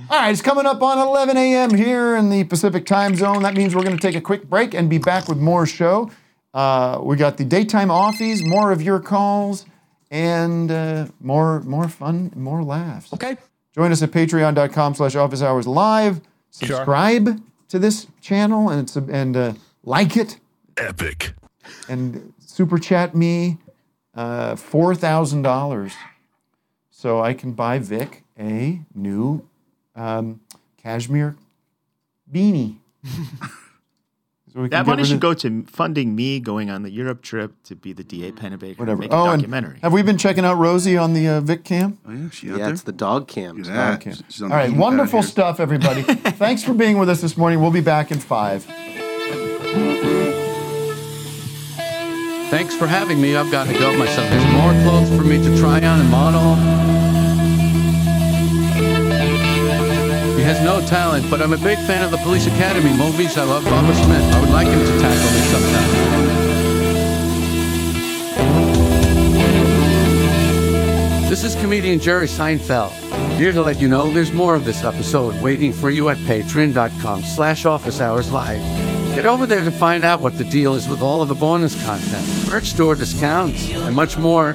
Speaker 2: All right, it's coming up on 11 a.m. here in the Pacific time zone. That means we're going to take a quick break and be back with more show. Uh, we got the daytime offies, more of your calls, and uh, more more fun, more laughs. Okay. Join us at patreon.com slash office hours live. Subscribe to this channel and, sub- and uh, like it. Epic. And super chat me uh, $4,000 so I can buy Vic a new um, cashmere beanie. So we can
Speaker 8: That
Speaker 2: get
Speaker 8: money
Speaker 2: rid
Speaker 8: should
Speaker 2: of-
Speaker 8: go to funding me going on the Europe trip to be the DA Pennebaker.
Speaker 2: whatever.
Speaker 8: Make a
Speaker 2: Oh,
Speaker 8: documentary.
Speaker 2: and have we been checking out Rosie on the uh, Vic cam?
Speaker 5: Oh yeah, she
Speaker 12: yeah, it's the dog cam.
Speaker 2: that. All right, wonderful stuff, everybody. Thanks for being with us this morning. We'll be back in five.
Speaker 11: Thanks for having me. I've got to go myself. There's more clothes for me to try on and model. He has no talent, but I'm a big fan of the Police Academy movies. I love Bummer Smith. I would like him to tackle me sometime. This is comedian Jerry Seinfeld. Here to let you know there's more of this episode waiting for you at patreon.com slash office hours live. Get over there to find out what the deal is with all of the bonus content, merch store discounts, and much more.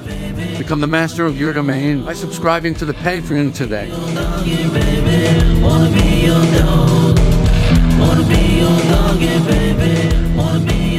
Speaker 11: Become the master of your domain by subscribing to the Patreon today.
Speaker 24: Wanna be your doggy, baby. Wanna be